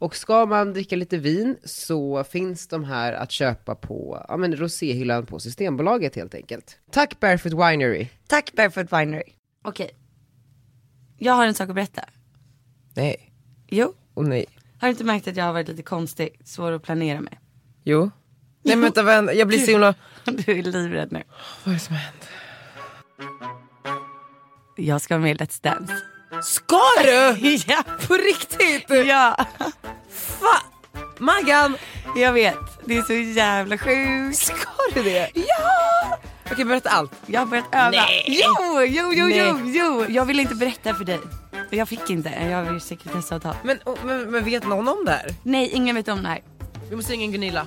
Och ska man dricka lite vin så finns de här att köpa på ja, men roséhyllan på Systembolaget helt enkelt. Tack Barefoot Winery! Tack Barefoot Winery. Okej. Jag har en sak att berätta. Nej, Jo. och nej. Har du inte märkt att jag har varit lite konstig, svår att planera med? Jo. Nej men vänta, vänta, jag blir så himla... Du är livrädd nu. Vad är det som har hänt? Jag ska vara med i Let's Dance. Ska du? ja, På riktigt? ja, Fan! Maggan! jag vet. Det är så jävla sjukt. Ska du det? Ja! Okej, berätta allt. Jag har börjat öva. Nej. Jo, jo, jo, jo, Nej. jo. Jag vill inte berätta för dig. Jag fick inte. Jag har ju sekretessavtal. Men, och- men, men vet någon om det här? Nej, ingen vet om det här. Vi måste ringa Gunilla.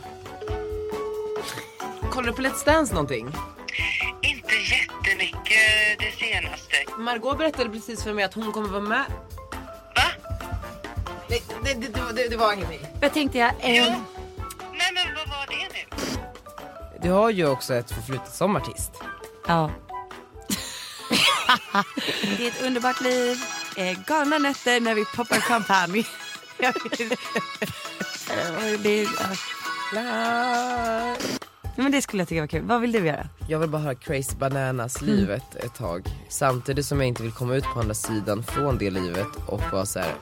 Kollar du på Let's Dance någonting? Inte jättemycket det senaste. Margot berättade precis för mig att hon kommer vara med. Va? Nej, nej det, det, det, det var ingenting. Vad tänkte jag? Eh, Nej men vad var det nu? Du har ju också ett förflutet som artist. ja. det är ett underbart liv. Eh, galna nätter när vi poppar champagne. Jag vet. Eh, det, är- ja. Nej, men det skulle jag tycka var kul. Vad vill du göra? Jag vill bara ha Crazy Bananas livet ett tag. Samtidigt som jag inte vill komma ut på andra sidan från det livet och vara så här.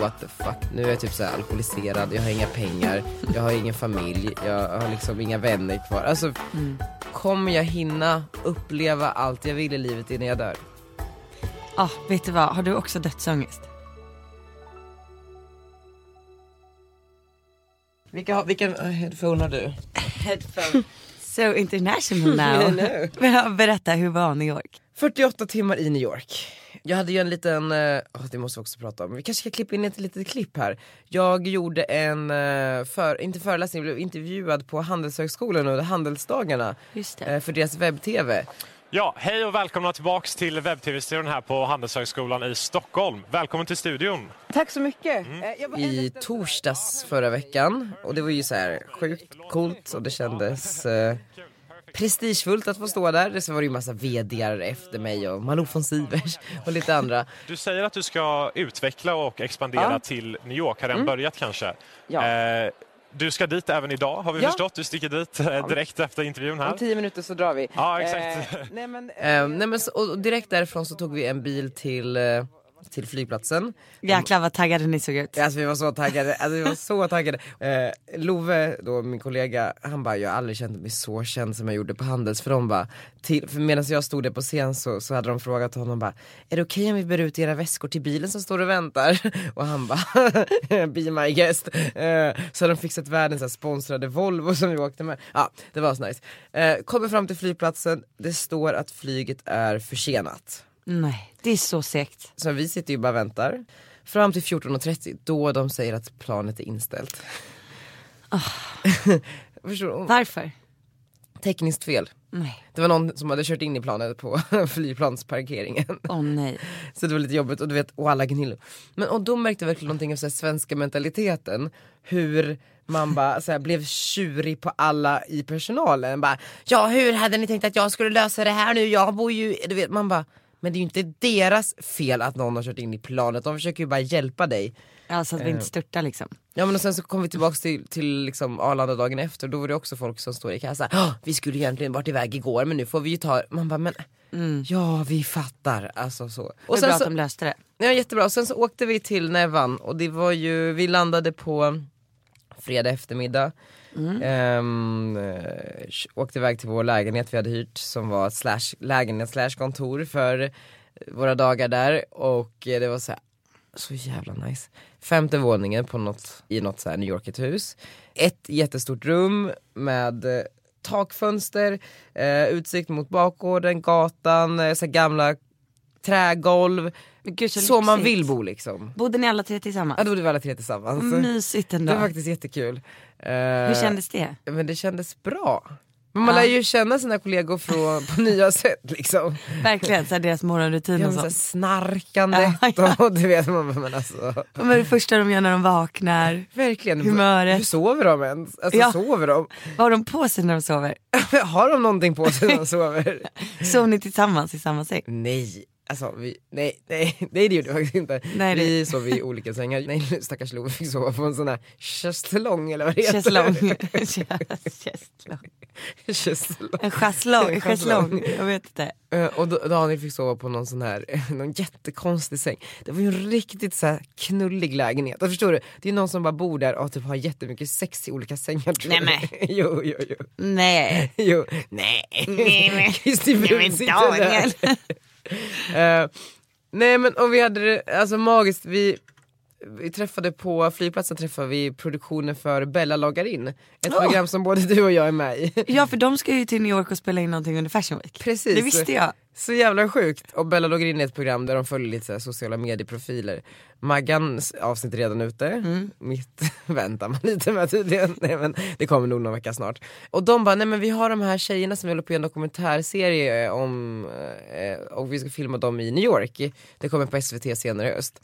What the fuck, nu är jag typ så här alkoholiserad, jag har inga pengar, jag har ingen familj, jag har liksom inga vänner kvar. Alltså, kommer jag hinna uppleva allt jag vill i livet innan jag dör? Ah, vet du vad? Har du också dödsångest? Vilka, vilken headphone har du? So international now. Men, Berätta, hur var New York? 48 timmar i New York. Jag hade ju en liten, eh, åh, det måste vi också prata om, vi kanske ska klippa in ett litet klipp här. Jag gjorde en, eh, för, inte föreläsning, jag blev intervjuad på Handelshögskolan under Handelsdagarna Just det. eh, för deras webb-tv. Ja, hej och välkomna tillbaks till webb-tv-studion här på Handelshögskolan i Stockholm. Välkommen till studion. Tack så mycket. Mm. Eh, I torsdags förra veckan och det var ju så här sjukt coolt och det kändes eh, prestigefullt att få stå där. Sen var det ju massa VDar efter mig och Malou von Sivers och lite andra. Du säger att du ska utveckla och expandera Ja. Mm. till New York. Har den börjat kanske? Ja. Eh, du ska dit även idag har vi förstått. Du sticker dit eh, direkt efter intervjun här. Om tio minuter så drar vi. Ja, exakt. Eh, nej men, eh, Eh, nej men så, och direkt därifrån så tog vi en bil till, eh, till flygplatsen. Jäklar vad taggade ni såg ut. Alltså vi var så taggade, alltså vi var så taggade. Eh, Love då, min kollega, han bara jag har aldrig känt mig så känd som jag gjorde på Handels för de bara, till, för medan jag stod där på scen så, så hade de frågat honom bara, är det okej om vi bär ut era väskor till bilen som står och väntar? Och han bara, be my guest. Eh, så hade de fixat världens så här sponsrade Volvo som vi åkte med. Ja, det var så nice. Eh, kommer fram till flygplatsen, det står att flyget är försenat. Nej, det är så segt. Så vi sitter ju bara och väntar. Fram till 14.30 då de säger att planet är inställt. Förstår du? Varför? Tekniskt fel. Nej, Det var någon som hade kört in i planet på flygplansparkeringen. åh nej. Så det var lite jobbigt och du vet, och alla gnillor. Men och då märkte jag verkligen någonting av så här, svenska mentaliteten. Hur man bara så här, blev tjurig på alla i personalen. Bara, ja hur hade ni tänkt att jag skulle lösa det här nu? Jag bor ju, du vet man bara. Men det är ju inte deras fel att någon har kört in i planet. De försöker ju bara hjälpa dig. Alltså att vi Eh. inte störtar liksom. Ja men och sen så kom vi tillbaks till, till liksom Arlanda dagen efter och då var det också folk som står i kassa. "Åh, Vi skulle ju egentligen varit iväg igår men nu får vi ju ta, man bara men ja vi fattar. Alltså så. Och Och det är bra sen så, att de löste det. ja, jättebra, och sen så åkte vi till Nevan och det var ju, vi landade på fredag eftermiddag. Mm. Ehm, eh, åkte iväg till vår lägenhet vi hade hyrt som var ett slash, lägenhet slash kontor för våra dagar där och eh, det var så här, så jävla nice. Femte våningen på något, i något så här New Yorkigt hus. Ett jättestort rum med eh, takfönster, eh, utsikt mot bakgården, gatan, eh, så här gamla trägolv, Men gud, så Så man lyxigt. vill bo liksom. Bodde ni alla tre Ja tillsammans? då bodde vi alla tre tillsammans. Mm. Mysigt ändå. Det var faktiskt jättekul. Eh, Hur kändes det? Men det kändes bra. Men man Ja. lär ju känna sina kollegor från, på nya sätt liksom. Verkligen så här, deras morgonrutin Ja, men och så här sånt. snarkandet Ja, ja. och du vet man bara, men alltså. Vad är det första de gör när de vaknar? Verkligen. Humöret. Hur sover de ens? Alltså Ja. sover de? Vad har de på sig när de sover? Har de någonting på sig när de sover? Sov ni tillsammans i samma säng? nej. Alltså vi, nej, nej, nej det gjorde vi faktiskt inte. Nej, det- vi sov i olika sängar. Nej stackars Lo fick sova på en sån här schäslong eller vad det heter. Schäslong. Schäslong. Schäslong. En schäslong. En Schäslong. schäslong. Jag vet inte. Eh, Och då- Daniel fick sova på någon sån här, någon jättekonstig säng. Det var ju en riktigt så här knullig lägenhet. Och förstår du, det är någon som bara bor där och typ har jättemycket sex i olika sängar tror jag. Nej, Jo, jo, jo. Nej. jo. Nej. Nej, men- Kristi Nej, Brun men sitter Daniel. där. Eh, nej men och vi hade det, alltså magiskt, vi, vi träffade på flygplatsen träffade vi produktionen för Bella loggar in. Ett program som både du och jag är med i. Ja för de ska ju till New York och spela in någonting under Fashion Week. Precis. Det visste jag. Så jävla sjukt. Och Bella loggar in i ett program där de följer lite så här sociala medieprofiler. Maggans avsnitt är redan ute. Mitt väntar man lite med tydligen. Nej, men det kommer nog någon vecka snart. Och de bara, nej men vi har de här tjejerna som vi håller på i en dokumentärserie om eh, och vi ska filma dem i New York. Det kommer på SVT senare i höst.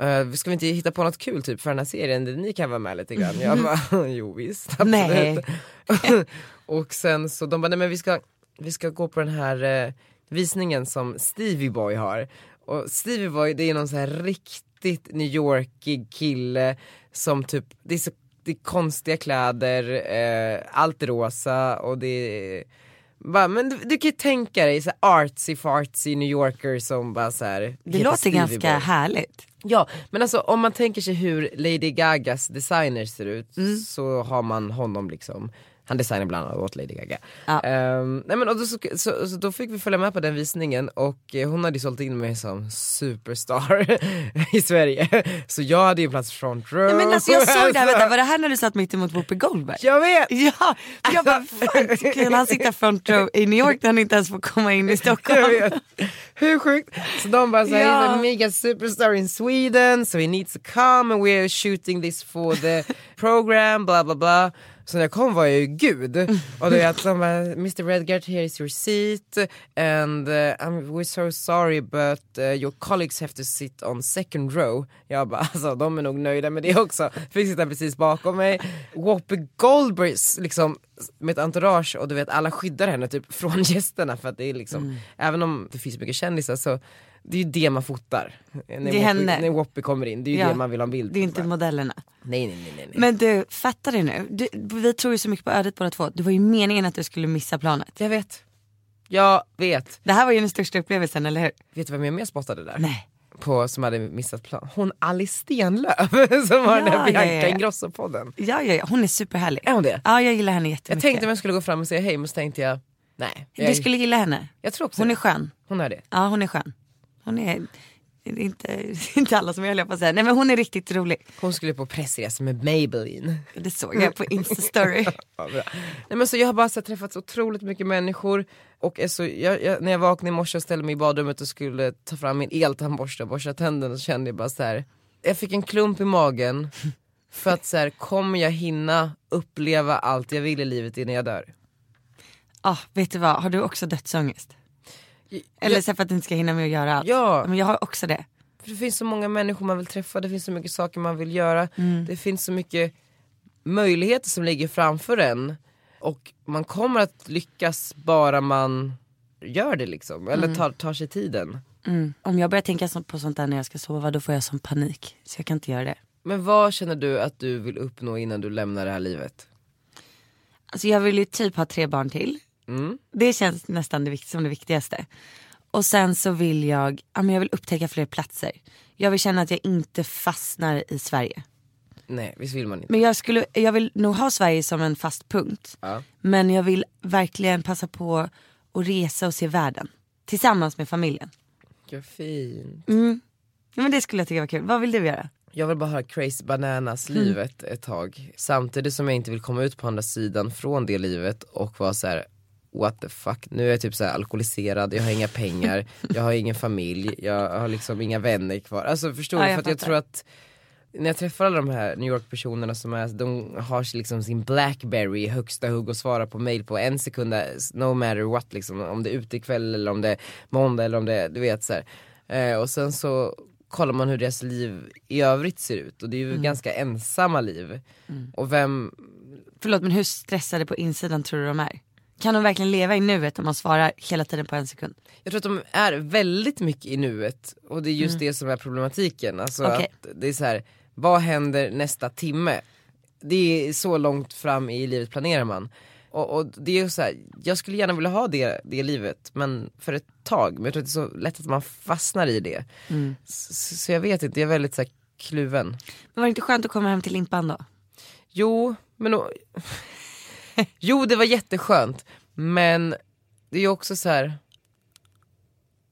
Eh, ska vi inte hitta på något kul typ för den här serien där ni kan vara med lite grann? Jag bara, jo visst absolut. Nej. och sen så de bara, nej men vi ska, vi ska gå på den här eh, visningen som Stevie Boy har. Och Stevie Boy det är någon så här riktigt New Yorkig kille som typ, det är så det är konstiga kläder, eh, allt är rosa och det är bara, men du, du kan ju tänka dig så här artsy fartsy New Yorker som bara så här, Det heter låter Stevie ganska Boy. härligt. Ja, men alltså om man tänker sig hur Lady Gagas designer ser ut Mm. så har man honom liksom. Han designar bland annat åt Lady Gaga. Ja. Ehm, nej men, och då, så, så, så, då fick vi följa med på den visningen och eh, hon hade ju sålt in mig som superstar i Sverige. Så jag hade ju en plats front row. Nej, men alltså, jag såg det här, Alltså, vänta, var det här när du satt mitt emot Whoopi Goldberg? Jag vet! Ja, för jag bara fan kan han sitta front row i New York när han inte ens får komma in i Jag Stockholm? vet. Hur sjukt? Så de bara såhär, Ja. he's a alltså, mega superstar in Sweden, so he needs to come and we're shooting this for the program, bla bla bla. Så när jag kom var jag ju gud. Och då är att de bara, Mr Redgert here is your seat and uh, I'm, we're so sorry but uh, your colleagues have to sit on second row. Jag bara alltså de är nog nöjda med det också. Fick sitta precis bakom mig. Whoopi Goldberg s- liksom med ett entourage och du vet alla skyddar henne typ från gästerna för att det är liksom, även om det finns mycket kändisar så det är ju det man fotar. När Whoopi- henne. När Whoopi kommer in, det är ju Ja. det man vill ha en bild Det är på. inte modellerna. Nej nej nej nej. nej. Men du, fattar du nu? Du, vi tror ju så mycket på ödet båda två. Det var ju meningen att du skulle missa planet. Jag vet. Jag vet. Det här var ju den största upplevelsen, eller hur? Vet du vem jag mer spottade där? Nej. På, som hade missat plan? Hon Alice Stenlöf som har den Ja, ja, här Bianca ja, ja. Ingrosso-podden. Ja, ja, ja. hon är superhärlig. Är hon det? Ja, jag gillar henne Jag jättemycket. tänkte om jag skulle gå fram och säga hej men så tänkte jag nej. Jag, Du skulle gilla henne. jag tror också Hon det. är skön. Hon är det. Ja, hon är skön. Hon är... det är Inte, inte alla som jag höll på att säga. Nej men hon är riktigt rolig. Hon skulle på pressresa med Maybelline. Det såg jag på Insta-story. Ja, bra. Nej, men så jag har bara så här, träffat så otroligt mycket människor och är så, jag, jag, när jag vaknade i morse och ställde mig i badrummet och skulle ta fram min eltandborste och borsta tänderna så kände jag bara så här. jag fick en klump i magen för att så här, kommer jag hinna uppleva allt jag vill i livet innan jag dör? Ah, vet du vad, har du också dödsångest? Eller så här för att du inte ska hinna med att göra allt. Ja. Men jag har också det. För det finns så många människor man vill träffa, det finns så mycket saker man vill göra. Det finns så mycket möjligheter som ligger framför en. Och man kommer att lyckas bara man gör det liksom, eller tar, tar sig tiden. Om jag börjar tänka så- på sånt där när jag ska sova då får jag sån panik. Så jag kan inte göra det. Men vad känner du att du vill uppnå innan du lämnar det här livet? Alltså jag vill ju typ ha tre barn till. Det känns nästan det, vikt- som det viktigaste. Och sen så vill jag, ja, men jag vill upptäcka fler platser. Jag vill känna att jag inte fastnar i Sverige. Nej, visst vill man inte? Men jag, skulle, jag vill nog ha Sverige som en fast punkt. Ja. Men jag vill verkligen passa på att resa och se världen. Tillsammans med familjen. Gud, fint. Ja, men det skulle jag tycka var kul. Vad vill du göra? Jag vill bara ha crazy bananas Mm. livet ett tag. Samtidigt som jag inte vill komma ut på andra sidan från det livet och vara så här. what the fuck, nu är jag typ så här alkoholiserad, jag har inga pengar, jag har ingen familj, jag har liksom inga vänner kvar. Alltså förstår Ja, du? jag För att jag fattar. tror att när jag träffar alla de här New York personerna som är, de har liksom sin Blackberry i högsta hugg och svarar på mail på en sekund, no matter what liksom, om det är ute ikväll eller om det är måndag eller om det är, du vet så här. Eh, och sen så kollar man hur deras liv i övrigt ser ut och det är ju ganska ensamma liv. Och vem, Förlåt men hur stressade på insidan tror du de är? Kan de verkligen leva i nuet om man svarar hela tiden på en sekund? Jag tror att de är väldigt mycket i nuet och det är just det som är problematiken. Alltså Okej. att det är så här, vad händer nästa timme? Det är så långt fram i livet planerar man. Och, och det är ju så här, jag skulle gärna vilja ha det, det livet men för ett tag. Men jag tror att det är så lätt att man fastnar i det. Så, så jag vet inte, jag är väldigt så här, kluven. Men var det inte skönt att komma hem till limpan då? Jo, men o- Jo, det var jätteskönt. Men det är ju också så här.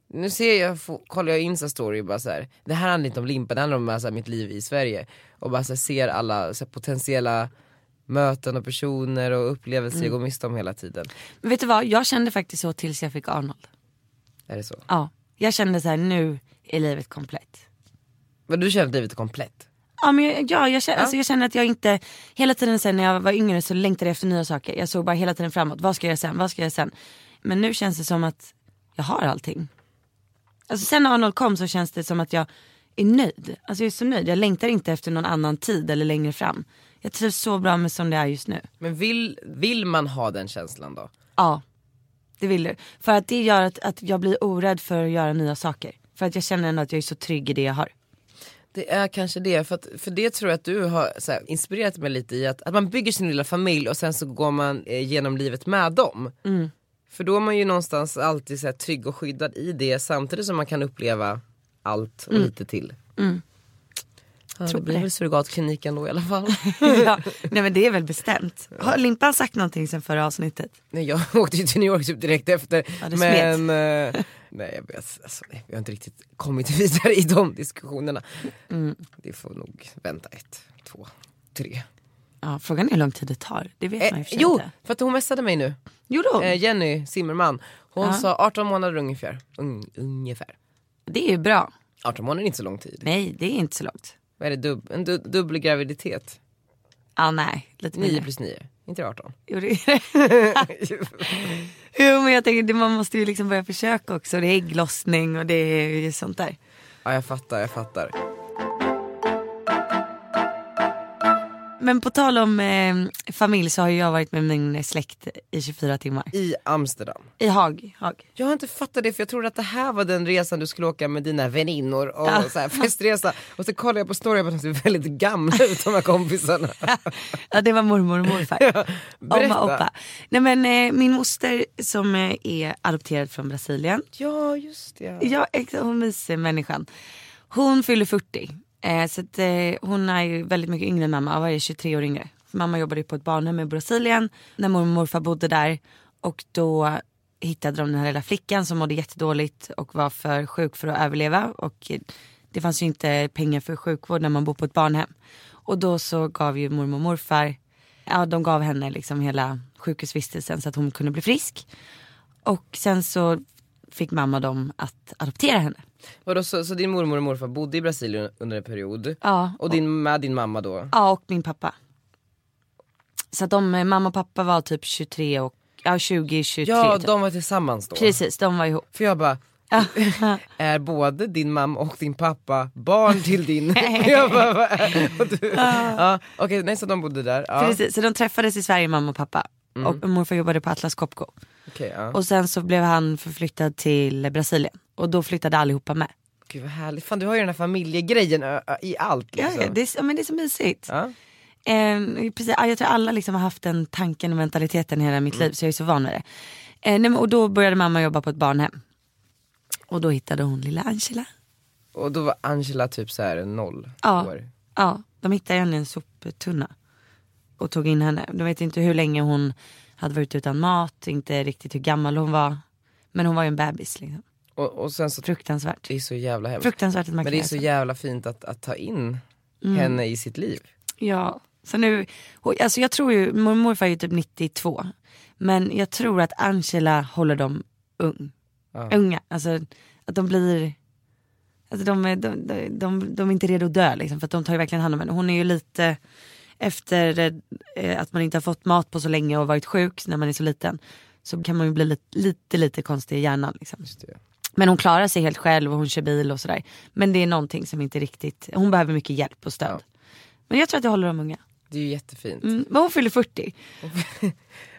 Nu ser jag, får- kollar jag Insta-story och bara så här. Det här handlar inte om limpa, det handlar om alltså, mitt liv i Sverige. Och bara så här, ser alla så här, potentiella möten och personer och upplevelser jag går miste om hela tiden. Men vet du vad, jag kände faktiskt så tills jag fick Arnold. Är det så? Ja, jag kände så här nu är livet komplett. Men du känner att livet är komplett? Ja, men jag, ja, jag, känner, Alltså, jag känner att jag inte, hela tiden sen när jag var yngre så längtade jag efter nya saker. Jag såg bara hela tiden framåt, vad ska jag göra sen, vad ska jag göra sen. Men nu känns det som att jag har allting. Alltså sen när Arnold kom så känns det som att jag är nöjd. Alltså jag är så nöjd, jag längtar inte efter någon annan tid eller längre fram. Jag trivs så bra med som det är just nu. Men vill, vill man ha den känslan då? Ja, det vill du. För att det gör att, att jag blir orädd för att göra nya saker. För att jag känner ändå att jag är så trygg i det jag har. Det är kanske det, för, att, för det tror jag att du har så här, inspirerat mig lite i att, att man bygger sin lilla familj och sen så går man eh, genom livet med dem. Mm. För då är man ju någonstans alltid så här, trygg och skyddad i det samtidigt som man kan uppleva allt och Mm. lite till. Ja, det Tror blir det. väl surrogatkliniken då i alla fall. ja, nej men det är väl bestämt. Har Limpan sagt någonting sen förra avsnittet? nej, jag åkte ju till New York typ direkt efter. Ja, det smet. men eh, nej, jag, vet, alltså, nej, jag har inte riktigt kommit vidare i de diskussionerna. Mm. Det får nog vänta ett, två, tre. Ja, frågan är hur lång tid det tar. Det vet man Eh, ju för sig jo, inte. för att hon messade mig nu. Jo då, Eh, Jenny Zimmerman. Hon Ja. sa 18 månader ungefär. Un, ungefär. det är ju bra. 18 månader är inte så lång tid. Nej, det är inte så långt. Vad är det? Dub, en du, dubbel graviditet. Ja, nej. Lite 9 mindre. plus 9. Inte 18. Jo, det är det. jo, men jag tänker det- man måste ju liksom börja försöka också. Det är ägglossning och det är ju sånt där. ja jag fattar, jag fattar. Men på tal om eh, familj så har ju jag varit med min släkt i 24 timmar. I Amsterdam. I Haag. Haag. Jag har inte fattat det för jag trodde att det här var den resan du skulle åka med dina väninnor och så här festresa. Och så kollade jag på story och bara, de ser väldigt gamla ut de här kompisarna. Ja, det var mormor och morfar. Omma berätta. och oppa. Nej men eh, min moster som eh, är adopterad från Brasilien. Ja just det. Ja, exakt. Hon mysig människan. Hon fyller 40. Eh, så att, eh, hon är ju väldigt mycket yngre än mamma. Vad är det, 23 år yngre? För mamma jobbade ju på ett barnhem i Brasilien när mormor och morfar bodde där. Och då hittade de den här lilla flickan som mådde jättedåligt och var för sjuk för att överleva. Och eh, det fanns ju inte pengar för sjukvård när man bor på ett barnhem. Och då så gav ju mormor och morfar, ja de gav henne liksom hela sjukhusvistelsen så att hon kunde bli frisk. Och sen så fick mamma dem att adoptera henne. Vadå, så, så din mormor och morfar bodde i Brasilien under en period. Ja, Och din, med din mamma då? Ja och min pappa. Så att de, eh, mamma och pappa var typ 23 och, ja 20, 23 Ja typ. de var tillsammans då. Precis, de var ihop. För jag bara, är både din mamma och din pappa barn till din? jag bara, vad är- och du, ja, Okej, nej så de bodde där. Ja, Precis, så de träffades i Sverige mamma och pappa. Och morfar jobbade på Atlas Copco. Okej, ja. Och sen så blev han förflyttad till Brasilien. Och då flyttade allihopa med. Gud vad härligt, fan du har ju den här familjegrejen ö, ö, i allt Ja, liksom. ja, det, är, så- ja, men det är så mysigt. Ja. Eh, precis, ja, jag tror alla liksom har haft den tanken och mentaliteten hela mitt Mm. liv så jag är så van vid det. Eh, nej, men, och då började mamma jobba på ett barnhem. Och då hittade hon lilla Angela. Och då var Angela typ så här noll Ja, år. ja, de hittade henne i en soptunna. Och tog in henne. De vet inte hur länge hon hade varit utan mat, inte riktigt hur gammal hon var. Men hon var ju en bebis liksom. Och, och sen så, Fruktansvärt. det är så jävla hemskt. Fruktansvärt att man Men kan det är göra så så. jävla fint att, att ta in henne i sitt liv. Ja, så nu, och, alltså jag tror ju, mormor är ju typ 92. Men jag tror att Angela håller dem ung. Ja. unga. Alltså att de blir, alltså de, är, de, de, de, de är inte redo att dö liksom, för att de tar ju verkligen hand om henne. Hon är ju lite efter eh, att man inte har fått mat på så länge och varit sjuk när man är så liten. Så kan man ju bli lite, lite, lite konstig i hjärnan liksom. Just det. Men hon klarar sig helt själv och hon kör bil och sådär. Men det är någonting som inte riktigt, hon behöver mycket hjälp och stöd. Men jag tror att jag håller dem unga. Det är ju jättefint. Mm, men hon fyller 40.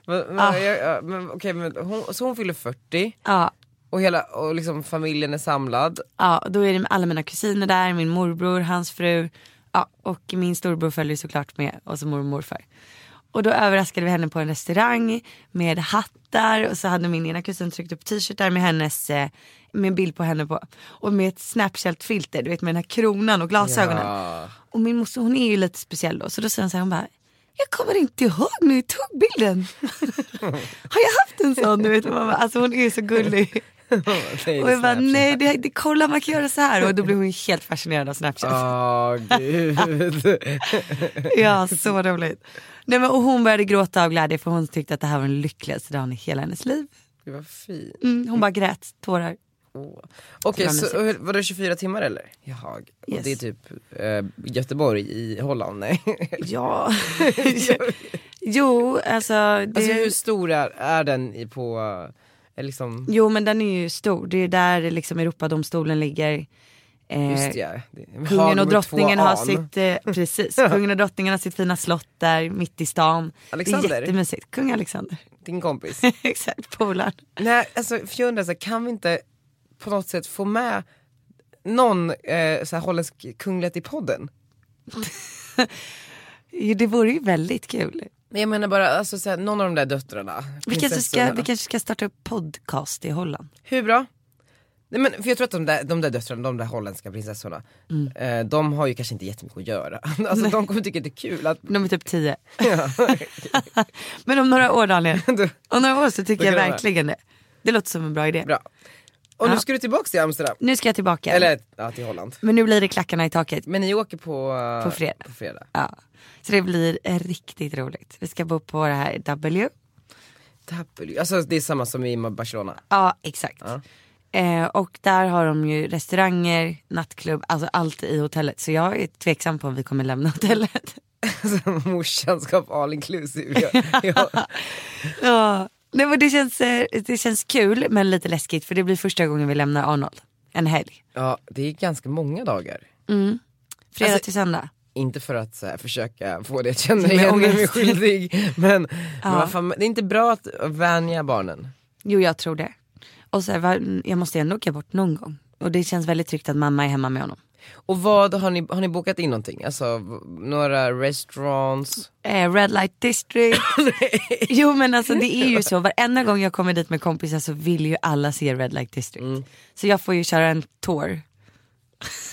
Men, men, Ah. jag, jag- men, okej, men hon, så hon fyller 40 Ja, och hela och liksom familjen är samlad. Ja, och då är det alla mina kusiner där, min morbror, hans fru ja, och min storbror följer såklart med och så mormor och morfar. Och då överraskade vi henne på en restaurang med hattar och så hade min ena kusin tryckt upp t-shirtar med hennes, eh, med en bild på henne på. Och med ett snapchat-filter, du vet med den här kronan och glasögonen. Ja. Och min moster hon är ju lite speciell då så då säger hon så här, hon bara jag kommer inte ihåg när jag tog bilden. Har jag haft en sån? Du vet, mamma? Alltså hon är ju så gullig. Nej, Och jag bara Snapchat. nej, det, det, kolla man kan göra så här. Och då blev hon ju helt fascinerad av Snapchat. Åh gud. Ja, så roligt. Nej, men, och hon började gråta av glädje för hon tyckte att det här var den lyckligaste dagen i hela hennes liv. Gud vad fint. Mm, hon bara grät tårar. Åh. Okej, Det var så mysigt. hur- vadå 24 timmar eller? Jaha, och Yes. det är typ eh, Göteborg i Holland? Nej. Ja. jo, alltså. Det... Alltså hur stor är, är den i på, eh, liksom, Jo, men den är ju stor. Det är där liksom Europadomstolen ligger. Eh, just ja. det- Haag Kungen nummer och två drottningen har an. sitt, eh, precis, kungen och drottningen har sitt fina slott där mitt i stan. Det Alexander? är jättemysigt. Kung Alexander. Din kompis. Exakt, polaren. Nej, alltså för jag undrar, så här, kan vi inte på något sätt få med någon eh, så här, holländsk kunglighet i podden? Jo, Det vore ju väldigt kul. Men jag menar bara, alltså, så här, någon av de där döttrarna. Vi kanske, ska, prinsessorna. vi kanske ska starta upp podcast i Holland. Hur bra? Nej, men, för jag tror att de där, de där döttrarna, de där holländska prinsessorna, Mm. eh, de har ju kanske inte jättemycket att göra. Alltså de kommer tycka det är kul att De är typ tio. Men om några år Daniel, du, om några år så tycker Då jag kan det verkligen det. Det låter som en bra idé. bra. Och nu Ja. ska du tillbaka till Amsterdam. Nu ska jag tillbaka. Eller ja, till Holland. Men nu blir det klackarna i taket. Men ni åker på, eh, På fredag. på fredag. Ja. Så det blir eh, riktigt roligt. Vi ska bo på det här W. Tapul- Alltså det är samma som i Barcelona. Ja exakt. Eh, och där har de ju restauranger, nattklubb, alltså allt i hotellet. Så jag är tveksam på om vi kommer lämna hotellet. Alltså, morsan ska ha all inclusive. Jag, jag, Ja, nej, men det, känns, eh, det känns kul men lite läskigt för det blir första gången vi lämnar Arnold. En helg. ja, det är ganska många dagar. Fredag Alltså- till söndag. Inte för att så här, försöka få det att känna Med igen mig ångest. mig skyldig. Men, men Ja. vad fan, det är inte bra att vänja barnen. Jo jag tror det. Och så här, va- jag måste ändå åka bort någon gång. Och det känns väldigt tryggt att mamma är hemma med honom. Och vad har ni, har ni bokat in någonting? Alltså v- några restaurants? Eh, Red light district. jo men alltså det är ju så, varenda gång jag kommer dit med kompisar så vill ju alla se Red light district. Så jag får ju köra en tour.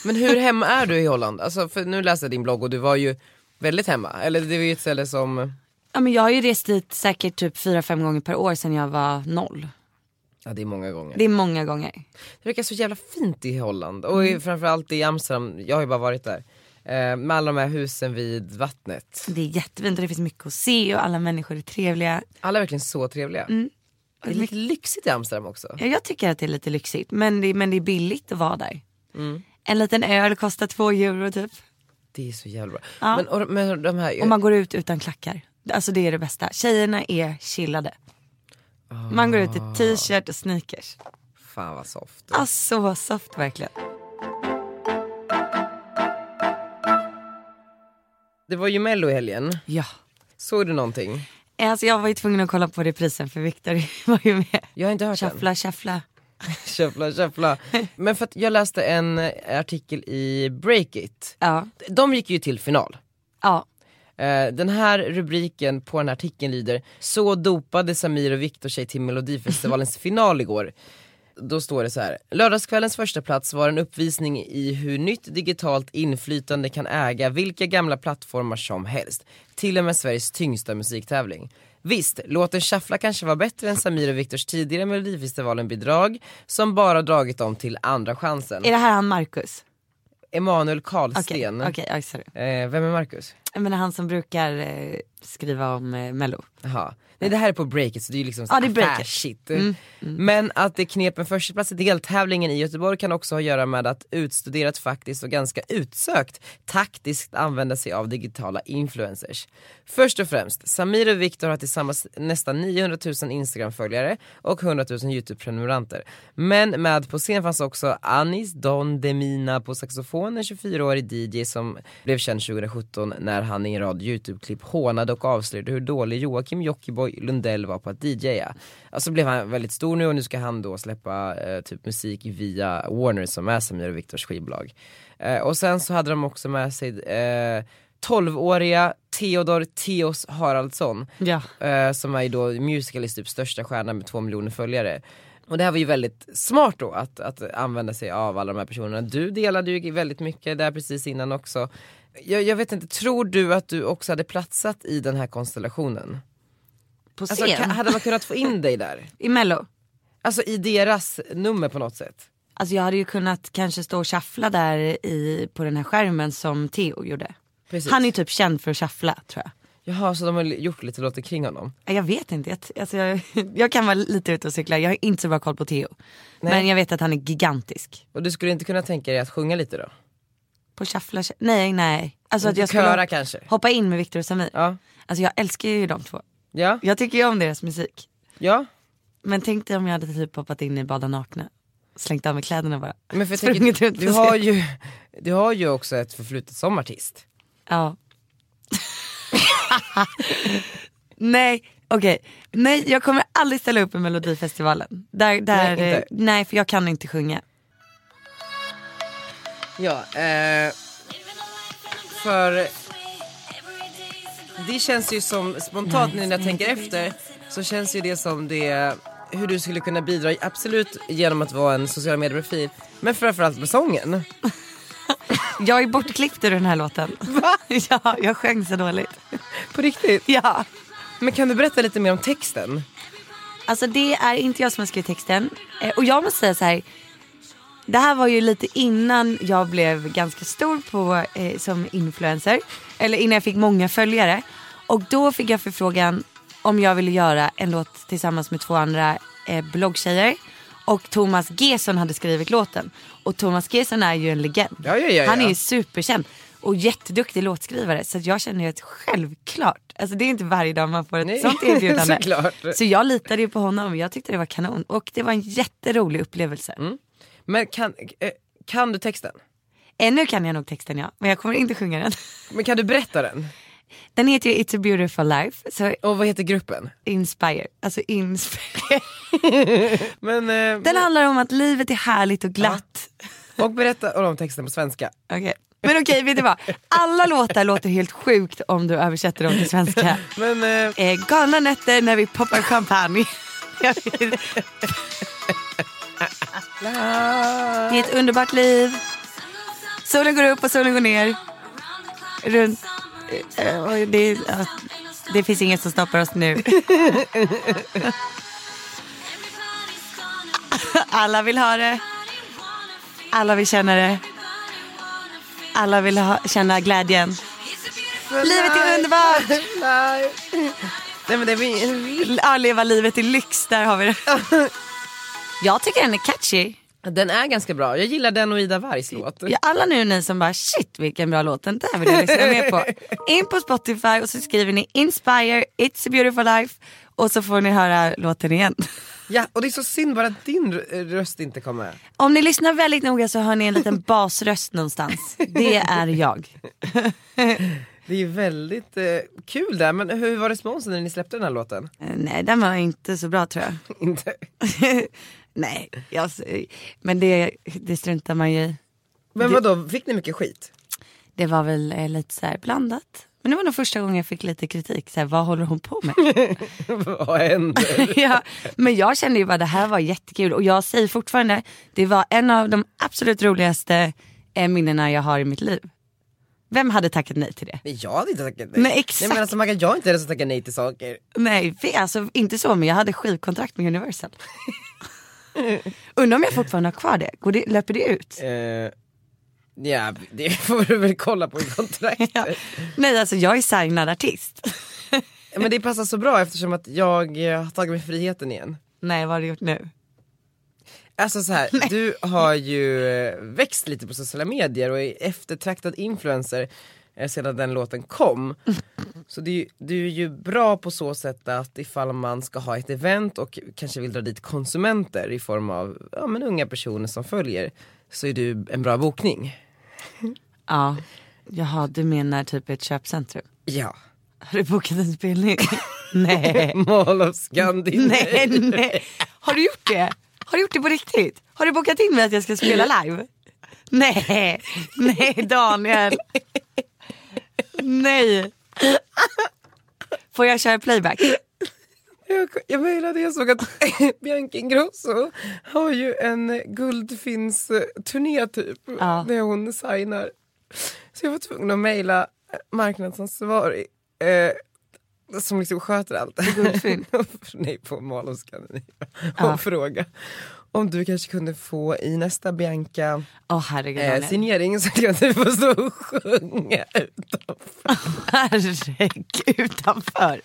Men hur hemma är du i Holland? Alltså för nu läste jag din blogg och du var ju väldigt hemma. Eller det var ju ett ställe som, Ja men jag har ju rest dit säkert typ 4-5 gånger per år sedan jag var noll. ja det är många gånger. Det är många gånger. Det verkar så jävla fint i Holland och Mm. i, framförallt i Amsterdam, jag har ju bara varit där. Eh, med alla de här husen vid vattnet. Det är jättefint och det finns mycket att se och alla människor är trevliga. Alla är verkligen så trevliga. Mm. Det är lite lyxigt i Amsterdam också. Ja, Jag tycker att det är lite lyxigt men det, men det är billigt att vara där. En liten öl kostar två euro typ. Det är så jävla bra. Ja. Men, och, men de här, Och man går ut utan klackar. Alltså det är det bästa. Tjejerna är chillade. Man går ut i t-shirt och sneakers. fan vad soft. Alltså vad soft verkligen. Det var ju mello i helgen, Ja. såg du någonting? Alltså jag var ju tvungen att kolla på reprisen för Victor var ju med. Jag har inte hört den. Shuffla, shuffla. Shuffla, shuffla. Men för att jag läste en eh, artikel i Breakit. Ja. De gick ju till final. Ja. Eh, Den här rubriken på den här artikeln lyder Så dopade Samir och Viktor sig till melodifestivalens final igår. Då står det så här. Lördagskvällens första plats var en uppvisning i hur nytt digitalt inflytande kan äga vilka gamla plattformar som helst. Till och med Sveriges tyngsta musiktävling. Visst, låten Shuffla kanske var bättre än Samir och Viktors tidigare Melodifestivalen-bidrag som bara dragit dem till andra chansen. Är det här han Marcus? Emanuel Okej, Karlsten. okej, okay, sorry. Eh, vem är Marcus? jag menar han som brukar eh, skriva om eh, mello. Jaha. Nej det här är på breaket så det är ju liksom Ja, det är breaket. Mm. affärsshit. Men att det knep en förstaplats i deltävlingen i Göteborg kan också ha att göra med att utstuderat faktiskt och ganska utsökt taktiskt använda sig av digitala influencers. Först och främst, Samir och Viktor har tillsammans nästan 900 000 Instagram-följare och 100 000 YouTube-prenumeranter. Men med på scen fanns också Anis Don Demina på saxofon, en 24-årig DJ som blev känd 2017 när han i en rad YouTube-klipp hånade och avslöjade hur dålig Joakim Jockiboi Lundell var på att DJa. Alltså blev han väldigt stor nu och nu ska han då släppa eh, typ musik via Warner som är Samir och Viktors skivbolag. Eh, och sen så hade de också med sig eh, 12-åriga Theodor Theos Haraldsson Ja. eh, som är ju då Musicalys typ största stjärna med två miljoner följare. Och det här var ju väldigt smart då att, att använda sig av alla de här personerna. Du delade ju väldigt mycket där precis innan också. Jag, jag vet inte, tror du att du också hade platsat i den här konstellationen? På scen? Alltså, kan, hade man kunnat få in dig där? I mello? Alltså i deras nummer på något sätt? Alltså jag hade ju kunnat kanske stå och shuffla där i, på den här skärmen som Theo gjorde. Precis. Han är ju typ känd för att shuffla tror jag. Jaha, så de har gjort lite låtar kring honom? Ja, Jag vet inte, jag, t- alltså jag, jag kan vara lite ute och cykla, jag har inte så bra koll på Theo. Men jag vet att han är gigantisk. Och du skulle inte kunna tänka dig att sjunga lite då? På shuffla, nej nej. Alltså att jag skulle Köra kanske? hoppa in med Victor och Samir. Ja. Alltså jag älskar ju de två. Ja? Jag tycker ju om deras musik. Ja? Men tänk dig om jag hade typ hoppat in i Bada nakna. Slängt av mig kläderna bara. Men för jag Sprungit tänker, runt på du, har scen. ju, du har ju också ett förflutet som artist. Ja. nej, okej. Nej, jag kommer aldrig ställa upp i Melodifestivalen. Där, där, Nej, nej, inte. nej, för jag kan inte sjunga. Ja, eh, för det känns ju som, spontant nu när jag tänker efter, så känns ju det som det hur du skulle kunna bidra, absolut genom att vara en social medieprofil, men framförallt med sången. Jag är bortklippt ur den här låten. Va? ja, jag sjöng så dåligt. På riktigt. Ja. Men kan du berätta lite mer om texten? Alltså det är inte jag som har skrivit texten. Eh, Och jag måste säga så här. Det här var ju lite innan jag blev ganska stor på, eh, som influencer. Eller innan jag fick många följare. Och då fick jag förfrågan om jag ville göra en låt tillsammans med två andra eh, bloggtjejer. Och Thomas Gesson hade skrivit låten. Och Thomas Gesson är ju en legend. Ja, ja, ja, Han är ja. ju superkänd. Och jätteduktig låtskrivare. Så att jag känner ju att självklart. Alltså det är inte varje dag man får ett Nej, sånt erbjudande. såklart. Så jag litade ju på honom, jag tyckte det var kanon och det var en jätterolig upplevelse. Mm. Men kan, eh, kan du texten? Ännu kan jag nog texten ja, men jag kommer inte sjunga den. Men kan du berätta den? Den heter ju It's a beautiful life, så Och vad heter gruppen? inspire, alltså inspire. Men, eh, Den handlar om att livet är härligt och glatt. och berätta om texten på svenska. Okej. Men okej, vet du vad? Alla låtar låter helt sjukt om du översätter dem till svenska. Men, eh, Eh, galna nätter när vi poppar champagne. Jag vet- eh, Det är ett underbart liv. Solen går upp och solen går ner. Runt... eh, och Det, ja, det finns inget som stoppar oss nu. Alla vill ha det. Alla vill känna det. Alla vill ha, känna glädjen. Livet är underbart! Nej. Nej men det är Ja, leva livet i lyx, där har vi det. Jag tycker den är catchy. Den är ganska bra, jag gillar den och Ida Wargs låt. Ja, alla nu ni som bara shit vilken bra låt, den där vill jag lyssna mer på. In på Spotify och så skriver ni Inspire, It's a beautiful life och så får ni höra låten igen. Ja, och det är så synd bara att din r- röst inte kom med. Om ni lyssnar väldigt noga så hör ni en liten basröst någonstans. Det är jag. Det är väldigt eh, kul där, men hur var responsen när ni släppte den här låten? Eh, Nej den var inte så bra tror jag. Inte. Nej, jag, men det, det struntar man ju i. Men vadå, fick ni mycket skit? Det var väl eh, lite så här blandat. Men det var nog första gången jag fick lite kritik. Så här, vad håller hon på med? Vad hände? ja, men jag kände ju bara det här var jättekul och jag säger fortfarande det var en av de absolut roligaste eh, minnena jag har i mitt liv. Vem hade tackat nej till det? Nej jag hade inte tackat nej. Nej, exakt. Nej men alltså Maggan, jag är inte den som tackar nej till saker. Nej, vi- alltså inte så men jag hade skivkontrakt med Universal. Undrar om jag fortfarande har kvar det? Går det löper det ut? Eh, Ja, det får du väl kolla på i kontraktet. Ja. Nej alltså jag är signad artist. Men det passar så bra eftersom att jag eh, har tagit mig friheten igen. Nej vad har du gjort nu? Alltså så här, du har ju eh, växt lite på sociala medier och är eftertraktad influencer eh, sedan den låten kom. Så det är ju, du är ju bra på så sätt att ifall man ska ha ett event och kanske vill dra dit konsumenter i form av ja, men unga personer som följer så är du en bra bokning. Ja. Jaha du menar typ ett köpcentrum? Ja, Har du bokat en spelning? nej. Mall of Scandinavia. nej, nej. Har du gjort det? Har du gjort det på riktigt? Har du bokat in mig att jag ska spela live? Nej, nej Daniel. Nej. Får jag köra playback? Jag, jag mejlade, jag såg att Bianca Ingrosso har ju en guldfinns-turné typ, Ja. där hon signar. Så jag var tvungen att mejla marknadsansvarig eh, som liksom sköter allt. Guldfynd. Nej, på Mall of Scandinavia. Ja. Och fråga om du kanske kunde få i nästa Bianca Åh herregud eh, Daniel. signering så kan du få stå och sjunga utanför. Herregud utanför.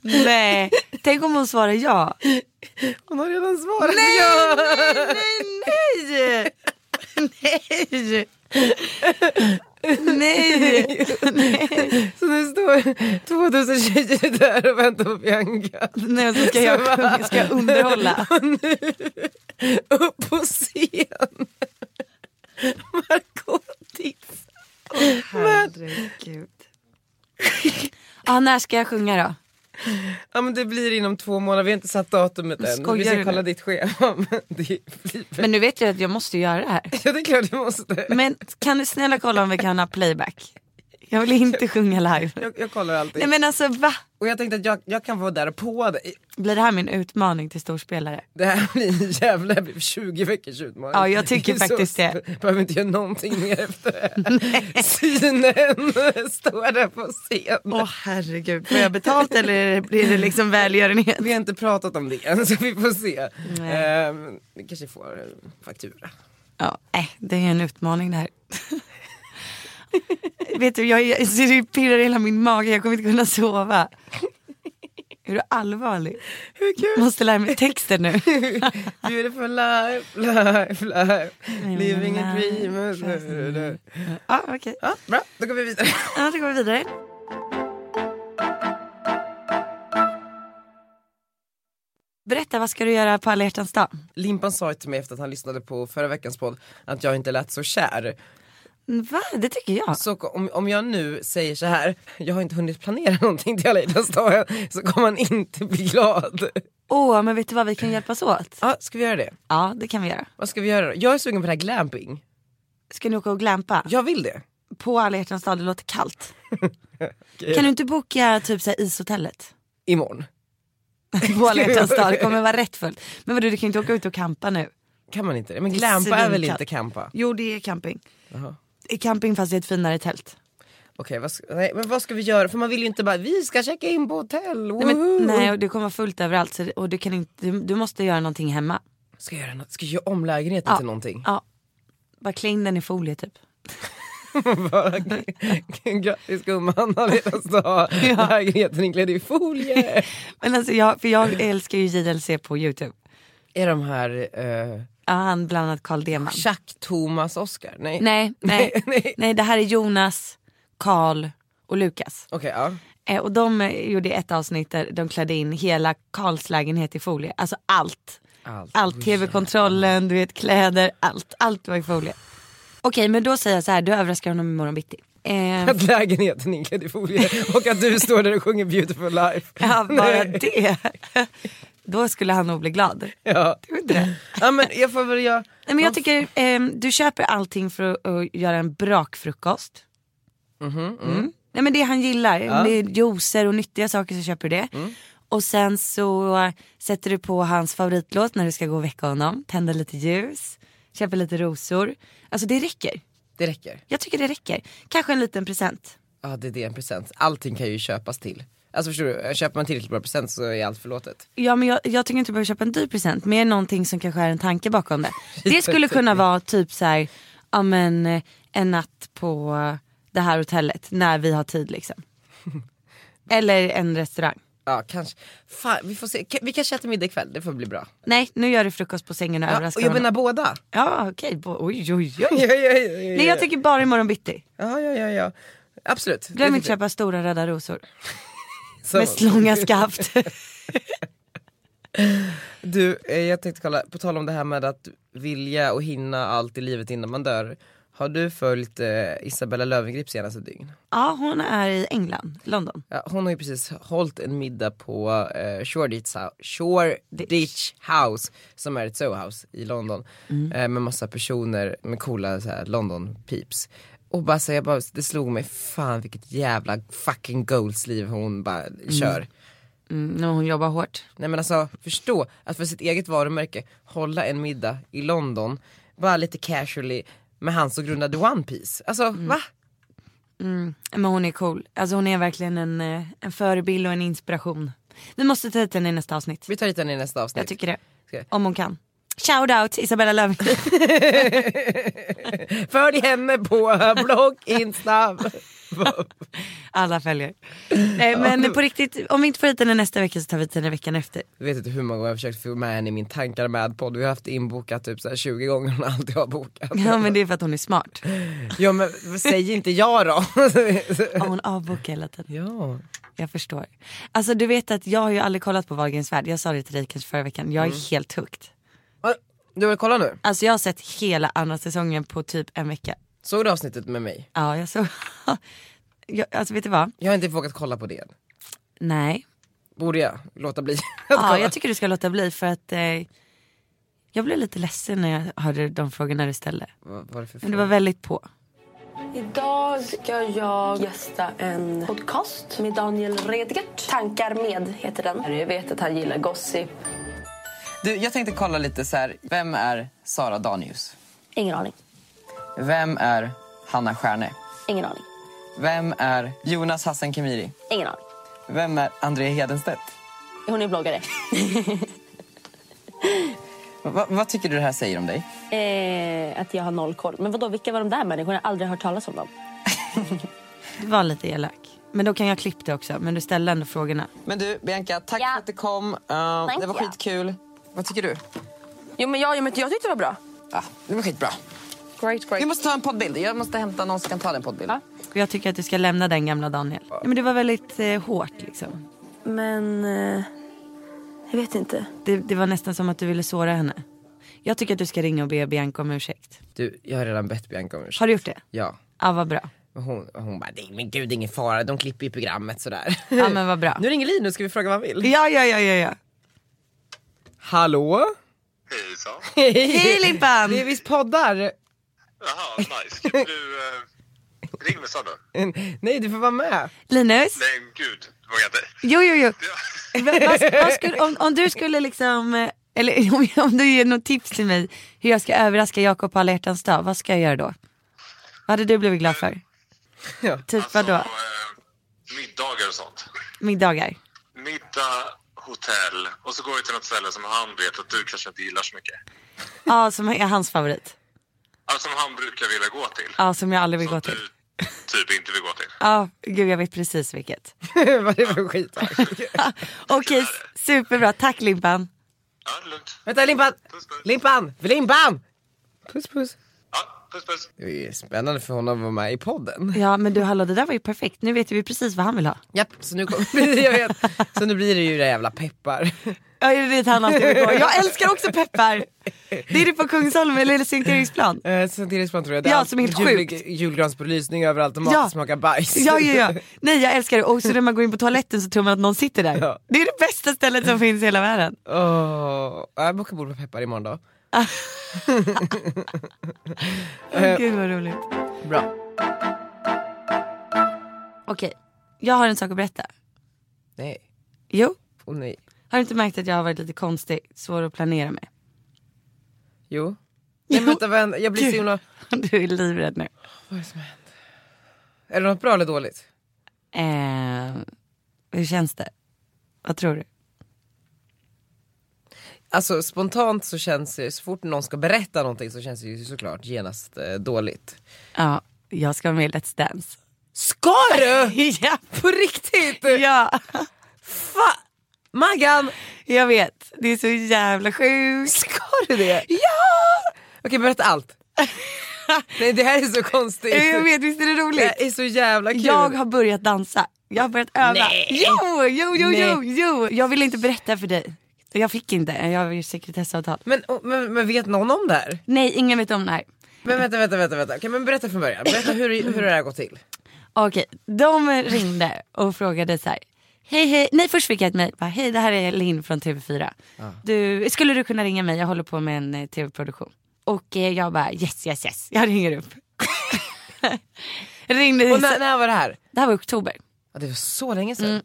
Nej, tänk om hon svarar ja. Hon har redan svarat. Nej, ja. nej, nej. Nej. Nej. Så nu står 2000 tjejer där och väntar på Bianca. Nej, och så ska jag, sjunga- ska jag underhålla. Och nu, upp på scen. Markotis. Herregud. Ah, när ska jag sjunga då? Ja men det blir inom två månader, vi har inte satt datumet än. Skojar vi du ska nu? kolla ditt schema. Men det blir väl... Men nu vet jag att jag måste göra det här. Ja det är klart du måste. Men kan du snälla kolla om vi kan ha playback? Jag vill inte sjunga live. Jag, jag kollar alltid. Nej men alltså va? Och jag tänkte att jag, jag kan vara där på dig. Blir det här min utmaning till storspelare? Det här blir en jävla 20 veckors utmaning. Ja, jag tycker Så faktiskt det. Behöver inte göra någonting mer efter det. Synen står där på scen. Åh herregud, får jag betalt eller blir det liksom välgörenhet? Vi har inte pratat om det än så vi får se. Nej. Ehm, vi kanske får en faktura. Ja, äh, det är en utmaning det här. Vet du, jag, jag så det pirrar i hela min mage, jag kommer inte kunna sova. Är du allvarlig? Hur kul? Måste lära mig texten nu. Beautiful life, life, life. Living a dream. Ja, okej. Ja, bra, då går vi vidare. Ja, då går vi vidare. Berätta, vad ska du göra på alla hjärtans dag? Limpan sa ju till mig efter att han lyssnade på förra veckans podd att jag inte lät så kär. Va? Det tycker jag. Så om, om jag nu säger så här, jag har inte hunnit planera någonting till alla hjärtans dag än", så kommer han inte bli glad. Åh, men vet du vad, vi kan hjälpas åt. Ja, ska vi göra det? Ja, det kan vi göra. Vad ska vi göra då? Jag är sugen på det här glamping. Ska ni åka och glampa? Jag vill det. På alla hjärtans dag, det låter kallt. Kan du inte boka typ så här ishotellet? Imorgon. På alla hjärtans dag, det kommer vara rätt fullt. Men vadå, du kan ju inte åka ut och campa nu. Kan man inte det? Men Det är glampa är väl svinkallt. inte campa? Jo, det är camping. Jaha. Det är camping fast i ett finare tält. Okej, vad ska, nej, men vad ska vi göra? För man vill ju inte bara, vi ska checka in på hotell, Nej, men, woho!" nej och det kommer vara fullt överallt så, det- och du, kan inte, du, du måste göra någonting hemma. Ska jag göra något? Ska jag göra om lägenheten till någonting? Ja. Bara klä in den i folie typ. Bara, Grattis gumman, alla hjärtans dag. Lägenheten inklädd i folie. Men alltså jag, för jag älskar ju JLC på youtube. är de här eh, Ja, han bland annat Carl Deman. Chuck, Thomas, Oscar? Nej. Nej, nej, nej. nej det här är Jonas, Carl och Lukas. Okej, ja. Eh, och de eh, gjorde ett avsnitt där de klädde in hela Karls lägenhet i folie. Alltså allt. Allt. Allt, tv-kontrollen, du vet kläder, allt. Allt var i folie. Okej men då säger jag så här, du överraskar honom imorgon bitti. Eh, Att lägenheten inklädd i folie och att du står där och sjunger beautiful life. ja, bara Nej. det. Då skulle han nog bli glad. Ja. Tror du inte det? ja, men jag får väl göra... Nej, men jag tycker ehm, du köper allting för att, att göra en brakfrukost. Mm. Nej, men det han gillar, det är juicer och nyttiga saker så köper du det. Och sen så eh, sätter du på hans favoritlåt när du ska gå och väcka honom, tänder lite ljus, köper lite rosor. Alltså det räcker. Det räcker. Jag tycker det räcker. Kanske en liten present. Ja, det är det en present. Allting kan ju köpas till. Alltså förstår du, köper man tillräckligt bra present så är allt förlåtet. Ja men jag, jag tycker inte du behöver köpa en dyr present, mer någonting som kanske är en tanke bakom det. Det skulle kunna vara typ så här, ja men eh, en natt på det här hotellet när vi har tid liksom. Eller en restaurang. Ja kanske, fan vi får se, Ka- vi kanske äter middag ikväll, det får bli bra. Nej nu gör du frukost på sängen och Ja, överraskar och jag honom. menar båda. Ja okej, bo- oj oj Ja, ja, oj. ja, ja, Nej jag tycker bara imorgon bitti. ja, ja, ja, ja. Absolut. Glöm Det inte tycker köpa stora röda rosor jag. Så- med långa skaft. Du, eh, jag tänkte kolla, på tal om det här med att vilja och hinna allt i livet innan man dör. Har du följt eh, Isabella Löwengrip senaste dygn? ja hon är i England, London. Ja, hon har ju precis hållit en middag på eh, Shoreditch, Hou- Shoreditch House som är ett Sohouse i London. Mm. Eh, med massa personer med coola så här, London peeps. Och bara så jag bara, det slog mig, fan vilket jävla fucking goalsliv hon bara kör. Mm, och hon jobbar hårt. Nej men alltså förstå att för sitt eget varumärke hålla en middag i London, bara lite casually med han som grundade One Piece. Alltså Mm. va? Men hon är cool. Alltså hon är verkligen en, eh, en förebild och en inspiration. Vi måste ta hit henne i nästa avsnitt. Vi tar hit henne i nästa avsnitt. Jag tycker det. Ska jag- Om hon kan. Shout out Isabella Löwengrip. Följ henne på blogg, insta. Alla följer. Nej men på riktigt, om vi inte får hit henne nästa vecka så tar vi hit henne veckan efter. Jag vet inte hur många gånger jag har försökt få med henne i min tankar med podd. Vi har haft inbokat typ så här 20 gånger hon alltid har bokat. Ja men det är för att hon är smart. Ja men säg inte ja då. Ja, hon avbokar hela tiden. ja. Jag förstår. Alltså du vet att jag har ju aldrig kollat på Wahlgrens värld. Jag sa det till dig kanske förra veckan. Jag är Mm. helt hooked. Du vill kolla nu? Alltså jag har sett hela andra säsongen på typ en vecka. Såg du avsnittet med mig? Ja jag såg. jag, alltså vet du vad? Jag har inte vågat kolla på det än. Nej. Borde jag låta bli? Ja, jag tycker du ska låta bli för att eh, jag blev lite ledsen när jag hörde de frågorna du ställde. Vad var det för Men fråga? du var väldigt på. Idag ska jag gästa en podcast med Daniel Redgert. Tankar med heter den. Jag vet att han gillar gossip. Du, jag tänkte kolla lite så här. Vem är Sara Danius? Ingen aning. Vem är Hanna Stjärne? Ingen aning. Vem är Jonas Hassan Khemiri? Ingen aning. Vem är André Hedenstedt? Hon är bloggare. Va, vad tycker du det här säger om dig? Eh, att jag har noll koll. Men vadå, vilka var de där människorna? Jag har aldrig hört talas om dem. Du var lite elak. Men då kan jag klippa det också. Men du ställde ändå frågorna. Men du, Bianca, tack Ja. för att du kom. Uh, det var you. skitkul. Vad tycker du? Jo, men jag, jag tyckte det var bra. Ja, det var skitbra. Great, Vi great. måste ta en poddbild. Jag måste hämta någon som kan ta den poddbild. Ja. Och jag tycker att du ska lämna den gamla Daniel. Ja, men det var väldigt eh, hårt liksom. Men... Eh, jag vet inte. Det, det var nästan som att du ville såra henne. Jag tycker att du ska ringa och be Bianca om ursäkt. Du, jag har redan bett Bianca om ursäkt. Har du gjort det? Ja. Ja vad bra. Och Hon, och hon bara, "Nej, men gud det är ingen fara, de klipper ju programmet sådär. Ja men vad bra. Nu ringer Linus, ska vi fråga vad han vill? Ja ja ja ja ja. Hallå? Hejsan. Hej Limpan! Det är visst poddar? Jaha, nice. Kan du... Eh, ring mig sen då. Nej du får vara med. Linus? Nej, men gud. Det vågar jag inte. Jo jo jo. Ja. Vad- vad- vad skulle, om, om du skulle liksom, eh, eller om, om du ger något tips till mig hur jag ska överraska Jakob på alla hjärtans dag, vad ska jag göra då? Vad hade du blivit glad för? Ja. Typ vadå? Så, eh, middagar och sånt. Middagar? Middag, hotell och så går vi till något ställe som han vet att du kanske inte gillar så mycket. Ja, som är hans favorit. Alltså som han brukar vilja gå till. Ja, som jag aldrig vill gå Som till. du typ inte vill gå till. Ja, gud jag vet precis vilket. Vad är det för skit? Okej, superbra. Tack Limpan. Ja, det är lugnt. Vänta Limpan! Puss, puss. Limpan! Limpan! Puss puss. Ja, puss puss. Det är ju spännande för honom att vara med i podden. Ja, men du hallå det där var ju perfekt. Nu vet vi precis vad han vill ha. Japp, så nu, kom, jag vet, så nu blir det ju det jävla peppar. Ja, det är dit han alltid vill gå. Jag älskar också peppar. Det är det på Kungsholmen eller Sankt Eriksplan. Eh, Sankt Eriksplan tror jag. Det Ja, allt- som är helt sjukt. Julgransbelysning överallt och mat Ja. som smakar bajs. Ja, ja, ja. Nej jag älskar det. Och så när man går in på toaletten så tror man att någon sitter där. Ja. Det är det bästa stället som finns i hela världen. Åh, jag bokar bord med peppar imorgon då. Eh, Åh, Gud vad roligt. Bra. Okej, jag har en sak att berätta. Nej, Jo, oh, nej. har du inte märkt att jag har varit lite konstig, svår att planera med? Jo. Nej, men vänta, vänta, jag blir så Gud. himla... Du är livrädd nu. Är det något bra eller dåligt? Eh, Hur känns det? Vad tror du? Alltså spontant så känns det, så fort någon ska berätta någonting så känns det ju såklart genast eh, dåligt. Ja, jag ska vara med i Let's Dance. Ska du? ja, På riktigt? ja, Fa- Maggan, jag vet. Det är så jävla sjukt. ska du det? Ja! Okej berätta allt. Nej det här är så konstigt. Jag vet, visst är det Det roligt? här är så jävla kul. Jag har börjat dansa. Jag har börjat öva. Nej. Jo, jo, jo, jo, Nej. jo. Jag ville inte berätta för dig. Jag fick inte, jag har ju sekretessavtal. men, och- men, men vet någon om det här? Nej, ingen vet om det här. Men vänta, vänta, vänta. vänta. Okej, men berätta från början. Berätta hur, hur det här gått till. Okej, de ringde och frågade så här. Hej hej, nej först fick jag ett mejl. bara, Hej det här är Linn från TV4. Ah. Du, skulle du kunna ringa mig? Jag håller på med en eh, tv-produktion. Och eh, jag bara yes yes yes, jag ringer upp. Ringde, Och när, när var det här? det här var i oktober. Ja, det var så länge Mm. sedan.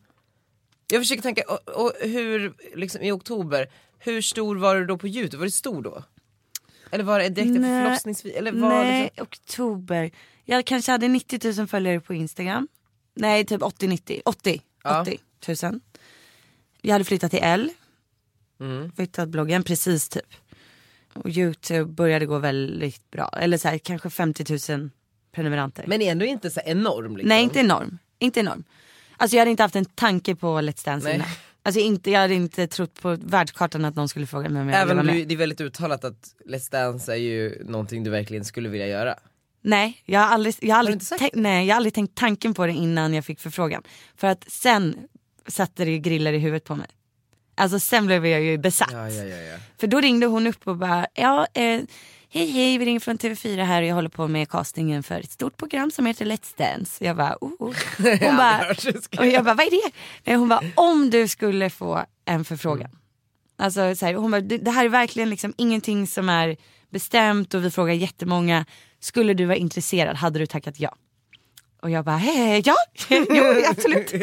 Jag försöker tänka, och, och hur, liksom, i oktober, hur stor var du då på Youtube? Var du stor då? Eller var det direkt efter Nej. förlossningsvis? Eller var nej, liksom, oktober. Jag kanske hade 90 000 följare på Instagram. Nej, typ 80-90. 80, Ja. 80 000. Jag hade flyttat till L. Mm. Flyttat bloggen precis typ. Och Youtube började gå väldigt bra. Eller så här, kanske 50 000 prenumeranter. men ändå inte så enorm liksom. Nej, inte enorm. Inte enorm. Alltså jag hade inte haft en tanke på Let's Dance Nej. innan. Alltså inte, jag hade inte trott på världskartan att någon skulle fråga mig om jag ville Även vara om med. du, det är väldigt uttalat att Let's Dance är ju någonting du verkligen skulle vilja göra. Nej, jag har aldrig, jag har du aldrig, inte sagt tänkt, nej, jag har aldrig tänkt tanken på det innan jag fick förfrågan. För att sen satte det ju grillar i huvudet på mig. Alltså sen blev jag ju besatt. Ja, ja, ja, ja. För då ringde hon upp och bara, ja, eh, hej hej, vi ringer från TV4 här och jag håller på med castingen för ett stort program som heter Let's Dance. Jag bara, oh, oh. Hon bara, hört det skrivas. och jag bara, vad är det? Nej, hon bara, om du skulle få en förfrågan. Alltså så här, hon bara, det det här är verkligen liksom ingenting som är bestämt och vi frågar jättemånga. Skulle du vara intresserad, hade du tackat ja? Och jag bara, hej, ja, jo absolut.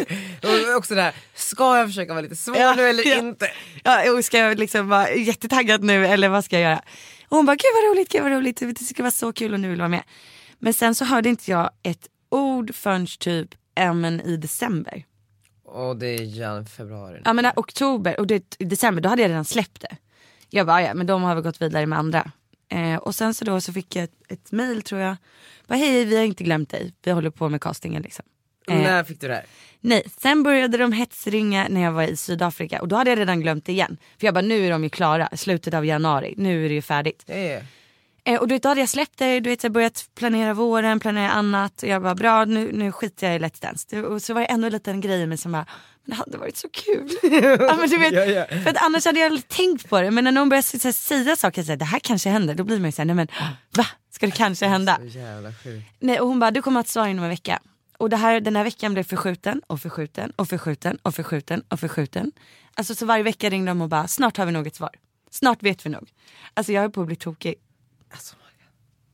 Och också det här, ska jag försöka vara lite svår Ja, nu eller ja. inte? Ja, och ska jag liksom vara jättetaggad nu eller vad ska jag göra? Och hon bara, gud vad roligt, gud vad roligt, det skulle vara så kul och nu vill vara med. Men sen så hörde inte jag ett ord förrän typ ja, men i december. Och det är jan februari nu. Ja men när oktober och det, i december då hade jag redan släppt det. Jag bara ja men de har väl gått vidare med andra. Eh, och sen så då så fick jag ett, ett mail tror jag. Bara hej vi har inte glömt dig, vi håller på med castingen liksom. eh. När fick du det här? Nej, sen började de hetsringa när jag var i Sydafrika och då hade jag redan glömt det igen. För jag bara nu är de ju klara, slutet av januari, nu är det ju färdigt. Ja, ja, ja. Eh, och du vet, då hade jag släppt det, du vet, jag börjat planera våren, planera annat. Och jag bara bra nu, nu skiter jag i Let's Dance. Det- Och så var det ändå en liten grej i mig som bara, men det hade varit så kul. ja, men du vet, Ja, ja. För att annars hade jag aldrig tänkt på det. Men när någon börjar så, så här, säga saker, så här, det här kanske händer, då blir man ju såhär, nej men va? Ska det kanske hända? Så jävla sjukt. Nej, och hon bara, du kommer att svara inom en vecka. Och det här, den här veckan blev förskjuten och förskjuten och förskjuten och förskjuten och förskjuten. Alltså så varje vecka ringde de och bara, snart har vi något svar. Snart vet vi nog. Alltså jag höll på att bli tokig. Alltså,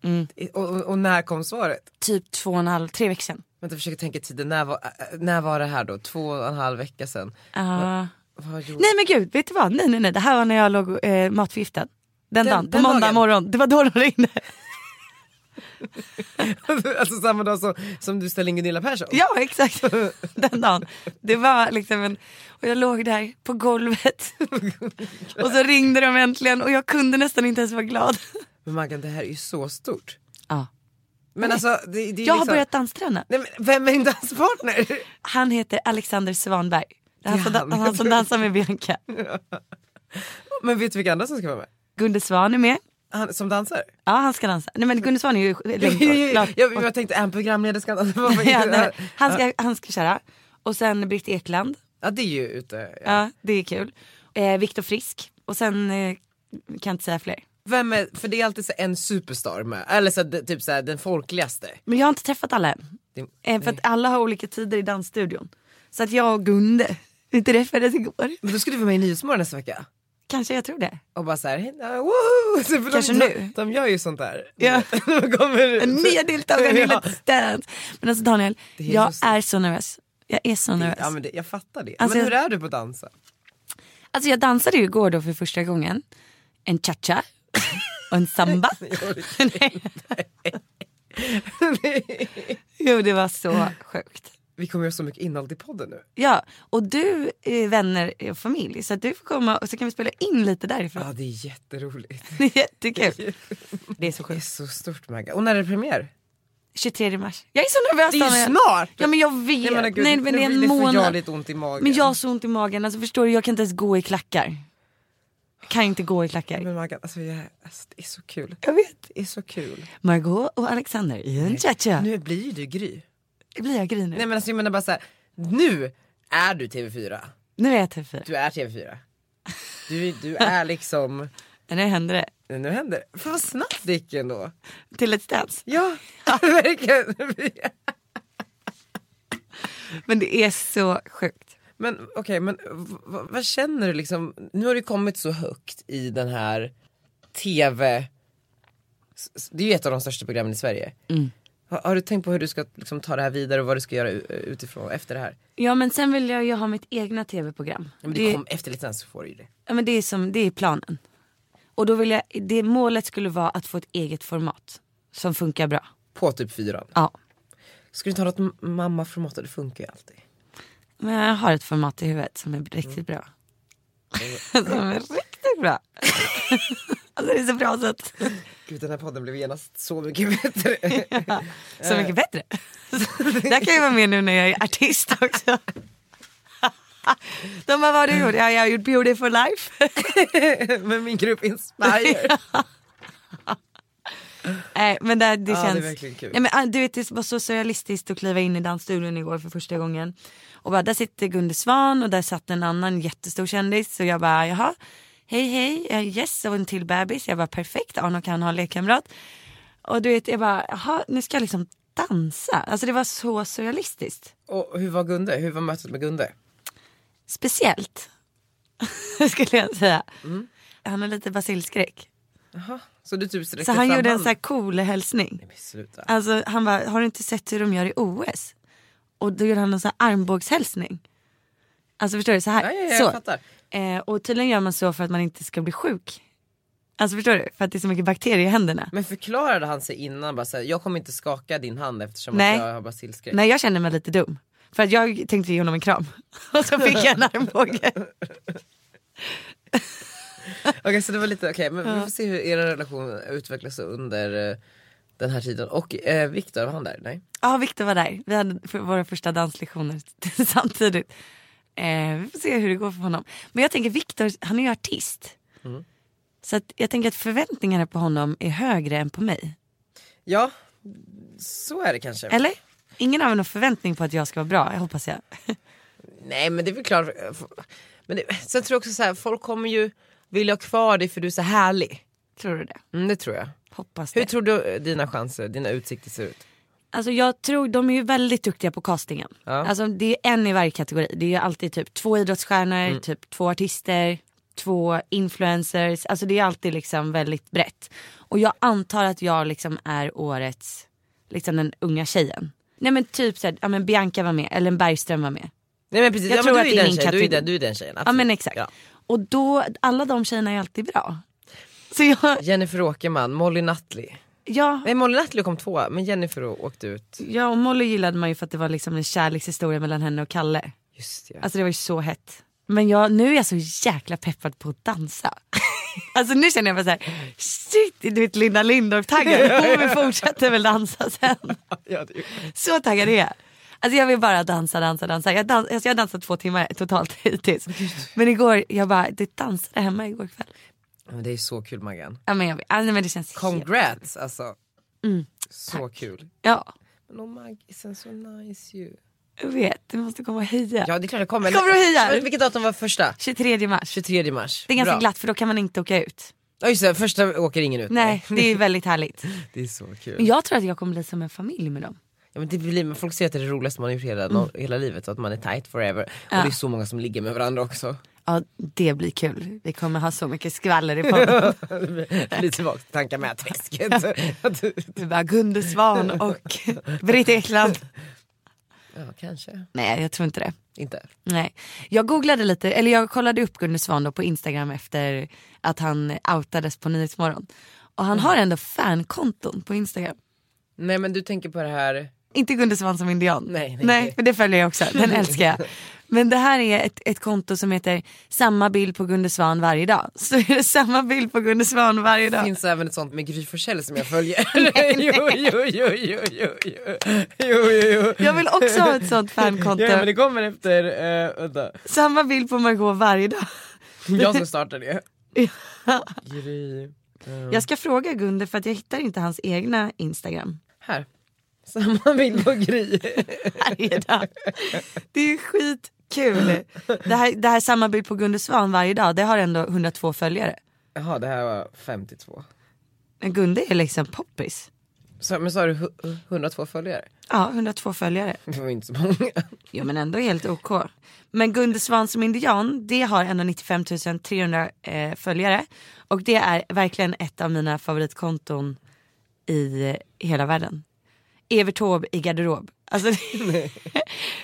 mm. och, och, och när kom svaret? Typ två och en halv, tre veckor sedan. Vänta jag försöker tänka tiden, när var, äh, när var det här då? Två och en halv vecka sedan? Ah. Vad gjorde Nej men gud, vet du vad? Nej nej nej, det här var när jag låg eh, matförgiftad. Den, dagen, på den måndag dagen. morgon. Det var då de ringde. Alltså samma dag som, som du ställde in Gunilla Persson? Ja exakt, den dagen. Det var liksom en, och jag låg där på golvet. och så ringde de äntligen och jag kunde nästan inte ens vara glad. Men Maggan det här är ju så stort. Ja. Men alltså det, det är Jag har liksom... börjat dansträna. Nej, men vem är din danspartner? Han heter Alexander Svanberg. Det är han, som, Det är han. dan- han som dansar med Bianca. Men vet du vilka andra som ska vara med? Gunde Svan är med. Han, som dansar? Ja han ska dansa. Nej men Gunde Svan är ju jag, längdgård. jag, jag tänkte en programlederska. Alltså, vad var det? Ja, nej. han, ska, han ska köra. Och sen Britt Ekland. ja det är ju ute. Ja. Ja det är kul. Eh, Viktor Frisk. Och sen eh, kan jag inte säga fler. Vem är, för det är alltid så en superstar med, eller så, det- typ så den folkligaste. Men jag har inte träffat alla än. Det- Eh, för att alla har olika tider i dansstudion. Så att jag och Gunde, vi träffades igår. Men då skulle du vara med i Nyhetsmorgon nästa vecka. Kanske jag tror det. och bara såhär, woho! Så för Kanske de, nu. De, de gör ju sånt där. Ja. de kommer, En nya deltagare i Ja. Let's Dance. Men alltså Daniel, Det är jag just- är så nervös. Jag är så nervös. Ja, men det, jag fattar det. Alltså, men hur jag- är du på att dansa? Alltså jag dansade ju igår då för första gången. En cha-cha och en samba. Nej. jo det var så sjukt. vi kommer göra så mycket innehåll i podden nu. Ja, och du är vänner och familj så att du får komma och så kan vi spela in lite därifrån. Ja det är jätteroligt. Det är jättekul. Det är Det är så sjukt. så stort Magga. Och när är det premiär? 23 mars. Jag är så nervös Det är ju Daniel. snart! Ja men jag vet. Nej men, gud, det är nu en får jag månad. lite ont i magen. Men jag har så ont i magen, alltså förstår du jag kan inte ens gå i klackar. Jag kan inte gå i klackar. Men Maggan, alltså, jag, alltså det är så kul. Jag vet. Det är så kul. Margot och Alexander i en cha-cha. Nu blir ju du Gry. Blir jag grinig? Nej men alltså jag menar bara såhär, nu är du TV4. Nu är jag typ fyra. Du är TV4. Du, du är liksom, Nu händer det. nu händer det. Fan vad snabbt det gick ändå. Till Let's Dance. Ja, verkligen. Men det är så sjukt. Men okej, men v- v- vad känner du liksom? Nu har du kommit så högt i den här TV, s- s- det är ju ett av de största programmen i Sverige. Har, har du tänkt på hur du ska liksom, ta det här vidare och vad du ska göra u- eh, utifrån efter det här? Ja men sen vill jag ju ha mitt egna tv-program. Men det kom, efter lite sen så får du ju det. Ja, men det, är som, det är planen. Och då vill jag, det målet skulle vara att få ett eget format som funkar bra. På typ fyran. Ja. Ska du inte ha något m- mammaformat? Det funkar ju alltid. Men jag har ett format i huvudet som är riktigt bra. Mm. som är riktigt bra. alltså det är så bra så att, Gud den här podden blev genast så mycket bättre. Eh. så mycket bättre. Där kan jag vara med nu när jag är artist också. De bara, vad har du gjort? Ja, jag har gjort Beautiful Life. men min grupp Inspire. Nej men det, det Ja, det är känns. verkligen kul. Ja, men, ah, du vet det var så surrealistiskt att kliva in i dansstudion igår för första gången. Och bara där sitter Gunde Svan och där satt en annan jättestor kändis. Så jag bara jaha, hej hej, eh, yes och en till bebis. Jag bara perfekt, Arno kan ha lekkamrat. Och du vet jag bara jaha nu ska jag liksom dansa. Alltså det var så surrealistiskt. och hur var Gunde? Hur var mötet med Gunde? Speciellt. skulle jag säga. Han har lite basilskräck. Så du typ sträckte Så han fram gjorde en handen? sån här cool hälsning. Nej, men Sluta. Alltså han bara, har du inte sett hur de gör i OS? Och då gjorde han en sån här armbågshälsning. Alltså förstår du, så här. Ja, ja, ja, jag så. fattar. Eh, och tydligen gör man så för att man inte ska bli sjuk. Alltså förstår du, för att det är så mycket bakterier i händerna. Men förklarade han sig innan bara så här, jag kommer inte skaka din hand eftersom Nej. att jag har basilskräck? Nej jag känner mig lite dum. För att jag tänkte ge honom en kram. Och så fick jag en armbåge. Okej så det var lite, okej men vi får se hur er relation utvecklas under eh, den här tiden. Och eh, Viktor, var han där? Nej? Ja Viktor var där, vi hade f- våra första danslektioner samtidigt. Eh, vi får se hur det går för honom. Men jag tänker Viktor, han är ju artist. Mm. Så att jag tänker att förväntningarna på honom är högre än på mig. Ja, så är det kanske. Eller? Ingen har väl någon förväntning på att jag ska vara bra, jag hoppas jag. Nej men det är väl klart. eh, Men det, sen tror jag också så här, folk kommer ju vilja ha kvar dig för du är så härlig. Tror du det? Mm, det tror jag. Hoppas Hur det. tror du eh, dina chanser, dina utsikter ser ut? Alltså jag tror, de är ju väldigt duktiga på castingen. Alltså det är en i varje kategori. Det är ju alltid typ två idrottsstjärnor, typ två artister, två influencers. Alltså det är alltid liksom väldigt brett. Och jag antar att jag liksom är årets, liksom den unga tjejen. Nej men typ såhär, ja men Bianca var med, Ellen Bergström var med. Nej men precis, Jag ja, tror men att du, det är är den min tjejen, du är kategori. den, du är den tjejen. Ja men absolut. exakt. Ja. Och då, alla de tjejerna är alltid bra. Så jag, Jennifer Åkerman, Molly Nutley. ja. Nej Molly Nutley kom tvåa men Jennifer å- åkte ut. Ja och Molly gillade man ju för att det var liksom en kärlekshistoria mellan henne och Kalle. Just ja. Alltså det var ju så hett. Men jag, nu är jag så jäkla peppad på att dansa. Alltså nu känner jag bara såhär, shit, du vet Linda Lindorff taggad. Hon fortsätter väl dansa sen. ja, det, Så taggad är jag. Alltså jag vill bara dansa, dansa, dansa. Jag, dans, alltså jag har dansat två timmar totalt hittills. Men igår, jag bara, det dansade hemma igår kväll. men det är så kul Maggan. Ja Mm, men jag vet, alltså, men det känns helt... Congrats alltså. så kul. Ja, Men oh Maggisen, så nice ju. jag vet. Du måste komma och heja. Ja det är klart det kommer. Kommer du att heja? Vilket datum var första? 23 mars. 23 mars. Det är ganska Bra. glatt för då kan man inte åka ut. Ja just det, första åker ingen ut. Nej, det är väldigt härligt. Det är så kul. Men jag tror att jag kommer bli som en familj med dem. Ja, men det blir, men folk säger att det är det roligaste man har gjort hela, no- hela livet, att man är tight forever. Och det är så många som ligger med varandra också. Ja, det blir kul. Vi kommer ha så mycket skvaller i podden. Lite tillbaka till tankar med träsket. Att du- Vi bara Gunde Svan och Britt Ekland. ja kanske, Nej, jag tror inte det. inte. Nej. Jag googlade lite, eller jag kollade upp Gunde Svan då på Instagram efter att han outades på Mm. Nyhetsmorgon. Och han har ändå fankonton på Instagram. Nej men du tänker på det här, Inte Gunde Svan som indian. Nej, nej, nej, nej. men det följer jag också. Den älskar jag. Men det här är ett, ett konto som heter samma bild på Gunde Svan varje dag. Så är det samma bild på Gunde Svan varje dag. Det finns även ett sånt med Gry Forssell som jag följer. jo, jo, jo, jo, jo, jo, jo, jo, jo. Jag vill också ha ett sånt fankonto. Ja men det kommer efter, eh, vänta. Samma bild på Margot varje dag. Jag som startar det. Gry. Jag ska fråga Gunde för att jag hittar inte hans egna Instagram. Här. Samma bild på Gry. Varje dag. Det är ju skitkul. Det här, det här samma bild på Gunde Svan varje dag, det har ändå 102 följare. Jaha det här var 52. Men Gunde är liksom poppis. Så, men sa du hu- 102 följare? Ja, 102 följare. Det var inte så många. Jo men ändå helt OK. Men Gunde Svan som indian, det har ändå 95 300 eh, följare. Och det är verkligen ett av mina favoritkonton i eh, hela världen. Evert Taube i garderob. Alltså,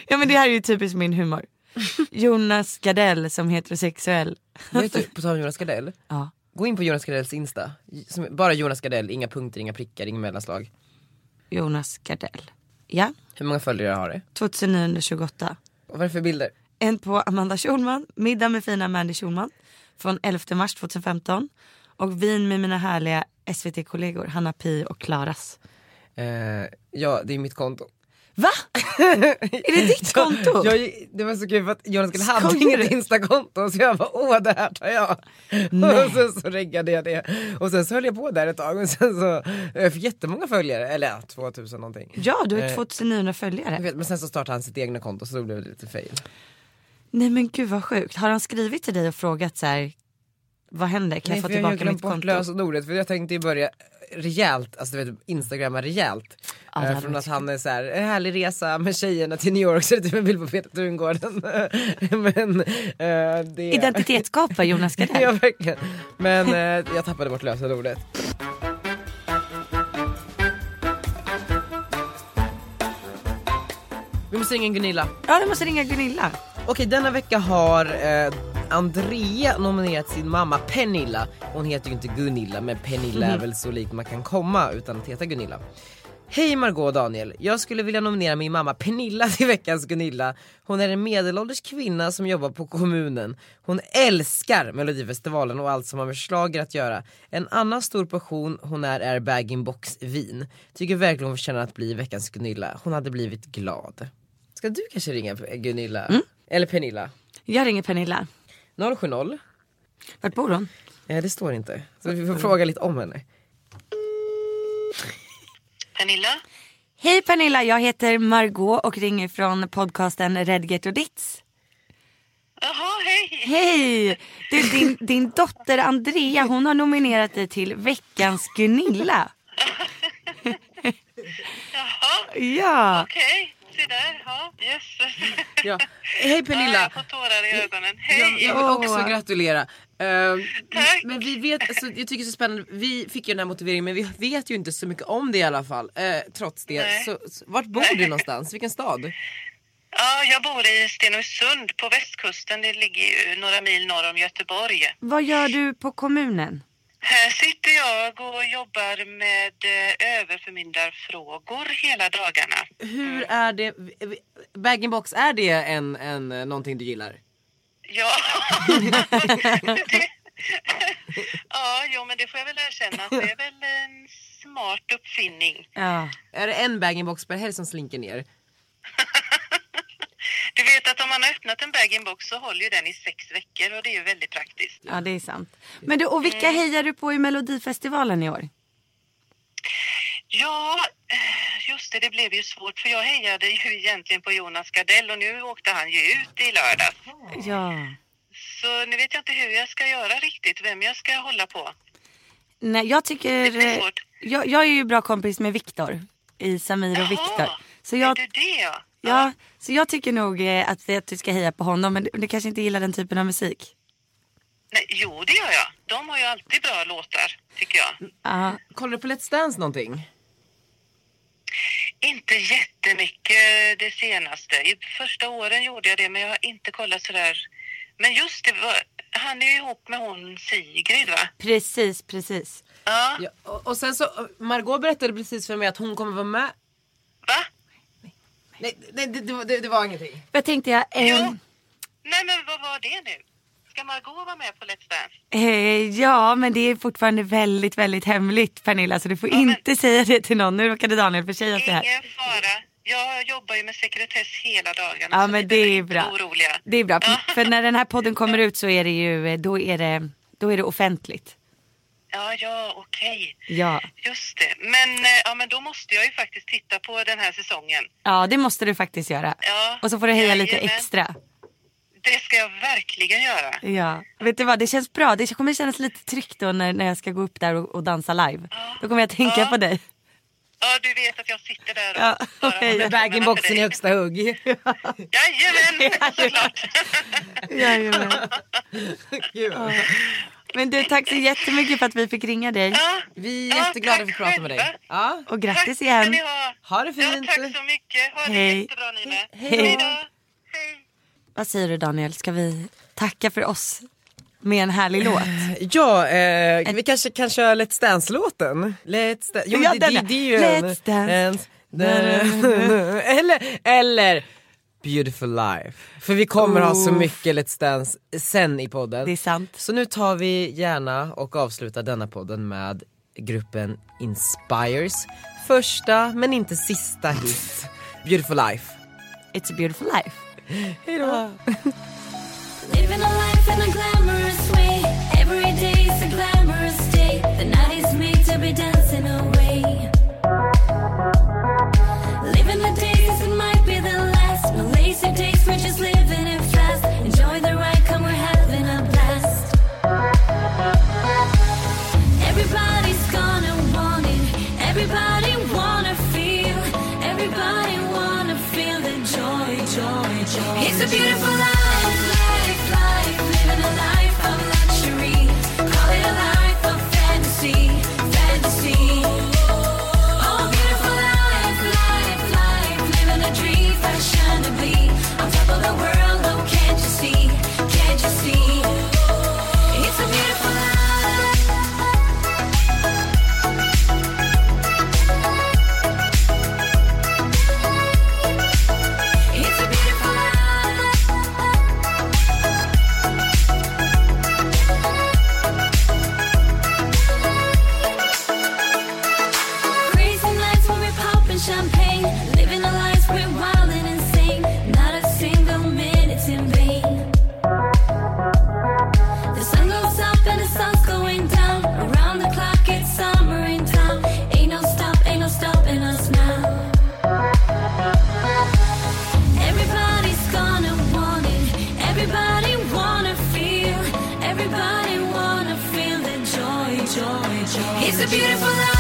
ja men det här är ju typiskt min humor. Jonas Gardell som heterosexuell. Vet du, typ på tal om Jonas Gardell. Ja. Gå in på Jonas Gardells Insta. Som, bara Jonas Gardell, inga punkter, inga prickar, inga mellanslag. Jonas Gardell. Ja, Hur många följare har det? 2928. Och vad är det för bilder? En på Amanda Schulman, Middag med fina Mandy Schulman från 11 mars 2015 och Vin med mina härliga SVT-kollegor Hanna Pi och Klaras. Eh, ja, det är mitt konto. Va? Är det ditt konto? Jag, gick- det var så kul för att Jonas Gardell hade Skojar inget du? Insta-konto så jag bara åh det här tar jag. Nej. Och sen så reggade jag det. Och sen så höll jag på där ett tag och sen så, jag fick jättemånga följare, eller ja, 2000 någonting. Ja, du har Eh, 2900 Jag följare. vet, men sen så startade han sitt egna konto så då blev det lite fail. Nej men gud vad sjukt. Har han skrivit till dig och frågat så här, vad händer? Kan jag för få har ju tillbaka glömt mitt bort konto? lösenordet för jag tänkte ju börja rejält, alltså du vet instagramma rejält. Ja, det Eh, hade från varit att han är så här, en härlig resa med tjejerna till New York så är det typ en bild på Peter Tungården. men eh, det... Identitetsskapare Jonas Gardell. Ja verkligen. Men eh, jag tappade bort lösenordet. Vi måste ringa en Gunilla. Ja, jag måste ringa Gunilla. Okej, denna vecka har eh, Andrea nominerat sin mamma Pernilla. Hon heter ju inte Gunilla, men Pernilla är väl så likt man kan komma utan att heta Gunilla. Hej Margot och Daniel. Jag skulle vilja nominera min mamma Pernilla till veckans Gunilla. Hon är en medelålders kvinna som jobbar på kommunen. Hon älskar Melodifestivalen och allt som har med schlager att göra. En annan stor passion hon är är bag-in-box vin. Tycker verkligen hon förtjänar att bli veckans Gunilla. Hon hade blivit glad. Ska du kanske ringa Gunilla? Eller Pernilla? Jag ringer Pernilla. 070? Vart bor hon? Nej Eh, det står inte. Så vi får fråga lite om henne. Pernilla? Hej Pernilla, jag heter Margot och ringer från podcasten Redgert och Ditz. Jaha, hej. Hej! Du, din, din dotter Andrea hon har nominerat dig till veckans Gunilla. Jaha, Ja, okej. Se där, ja. Jösses. Ja. Hej Ja, jag Pernilla! får tårar i ögonen. Jag, Hej. jag vill också gratulera. Ehm, Tack. men vi vet, alltså, jag tycker det är så spännande, vi fick ju den här motiveringen men vi vet ju inte så mycket om det i alla fall. Eh, trots det, Nej. Mm. så, så, vart bor du någonstans? Vilken stad? Ja, jag bor i Stenungsund på västkusten. Det ligger ju några mil norr om Göteborg. vad gör du på kommunen? Här sitter jag och jobbar med eh, överförmyndarfrågor hela dagarna. Hur är det, bag-in-box, är det en, en, eh, någonting du gillar? Ja. Det- ja, jo, men det får jag väl erkänna. att Det är väl en smart uppfinning. Ja. Är det en bag-in-box per helg som slinker ner? Du vet att om man har öppnat en bag-in-box så håller ju den i sex veckor och det är ju väldigt praktiskt. ja, det är sant. Men du, och Eh. vilka hejar du på i Melodifestivalen i år? Ja, eh, just det, det blev ju svårt för jag hejade ju egentligen på Jonas Gardell och nu åkte han ju ut i lördags. Ja. Så nu vet jag inte hur jag ska göra riktigt, vem jag ska hålla på. Nej, jag tycker... eh, Jag, jag är ju bra kompis med Viktor i Samir och Viktor. Så är jag, du det ja? ja, så jag tycker nog eh, att, att du ska heja på honom men du, du kanske inte gillar den typen av musik? Nej, jo, det gör jag. De har ju alltid bra låtar, tycker jag. Ja. Kollar du på Let's Dance någonting? Inte jättemycket det senaste. I första åren gjorde jag det, men jag har inte kollat sådär. Men just det, var, han är ju ihop med hon Sigrid, va? Precis, precis. Ja, Ja, och, och sen så, Margot berättade precis för mig att hon kommer vara med va? Nej, nej det, det, var- det, det var ingenting. Vad tänkte jag? Eh, Jo. Nej men vad var det nu? Ska Margot vara med på Let's Dance? eh, ja, men det är fortfarande väldigt, väldigt hemligt Pernilla. Så du får men- inte säga det till någon. Nu råkade Daniel försäga sig här. Ingen fara. Jag jobbar ju med sekretess hela dagarna. Ja så men ni det behöver är inte bra. vara Oroliga. Det är bra. Ja. För när den här podden kommer ut så är det ju, eh, då är det, då är det offentligt. Ja, ja, okej. Ja. Just det. Men, eh, ja, men då måste jag ju faktiskt titta på den här säsongen. Ja det måste du faktiskt göra. Ja. Och så får du heja lite Jajamän. extra. Det ska jag verkligen göra. Ja. Vet du vad det känns bra. Det kommer kännas lite tryggt då när, när jag ska gå upp där och, och dansa live. Då kommer jag tänka på dig. Ja, du vet att jag sitter där och Ja, bara okej. håller tummarna för Bag-in-boxen dig. i högsta hugg. Jajamän, såklart. Jajamän. Gud. Men du tack så jättemycket för att vi fick ringa dig. Ja, Vi är Ja, jätteglada för att tack prata med dig. själva. Ja, Och tack grattis ska igen. ni ha. ha det Ja, fint. tack så mycket. Ha det Hej. jättebra ni med. Hej. Hej då. Hej. Vad säger du Daniel? Ska vi tacka för oss med en härlig låt? Ja, eh, vi kanske kan köra Let's Dance-låten. Let's Dance. Jo, Ja, det, den det, ja. det är ju Let's en, dance. en- eller, eller Beautiful Life. För vi kommer ha så Oof. mycket Let's Dance sen i podden. Det är sant. Så nu tar vi gärna och avslutar denna podden med gruppen Inspires första men inte sista hit. Beautiful Life. It's a beautiful life. Living a life in a glamorous way. Every day is a glamorous day. The night is made to be dancing away. Living the days, it might be the last. No lazy days, we're just living it fast. Enjoy the ride, come, we're having a blast. Everybody's gonna want it. Everybody wanna feel. Everybody wanna feel the joy, joy, joy. It's a beautiful life, life, life. Living a life of luxury. Call it a life of fantasy, fantasy. Oh, beautiful life, life, life. Living a dream fashionably. On top of the world, oh, can't you see? Can't you see? It's a beautiful life. It's a beautiful life. Crazy nights when we're popping champagne, living the lives we're wild and insane. Not a single minute's in vain. The sun goes up and the sun's going down. Around the clock, it's summer in town. Ain't no stop, ain't no stopping us now. Everybody's gonna want it. Everybody wanna feel. Everybody wanna feel the joy, joy, joy. It's a beautiful life. Oh, oh, Oh, oh,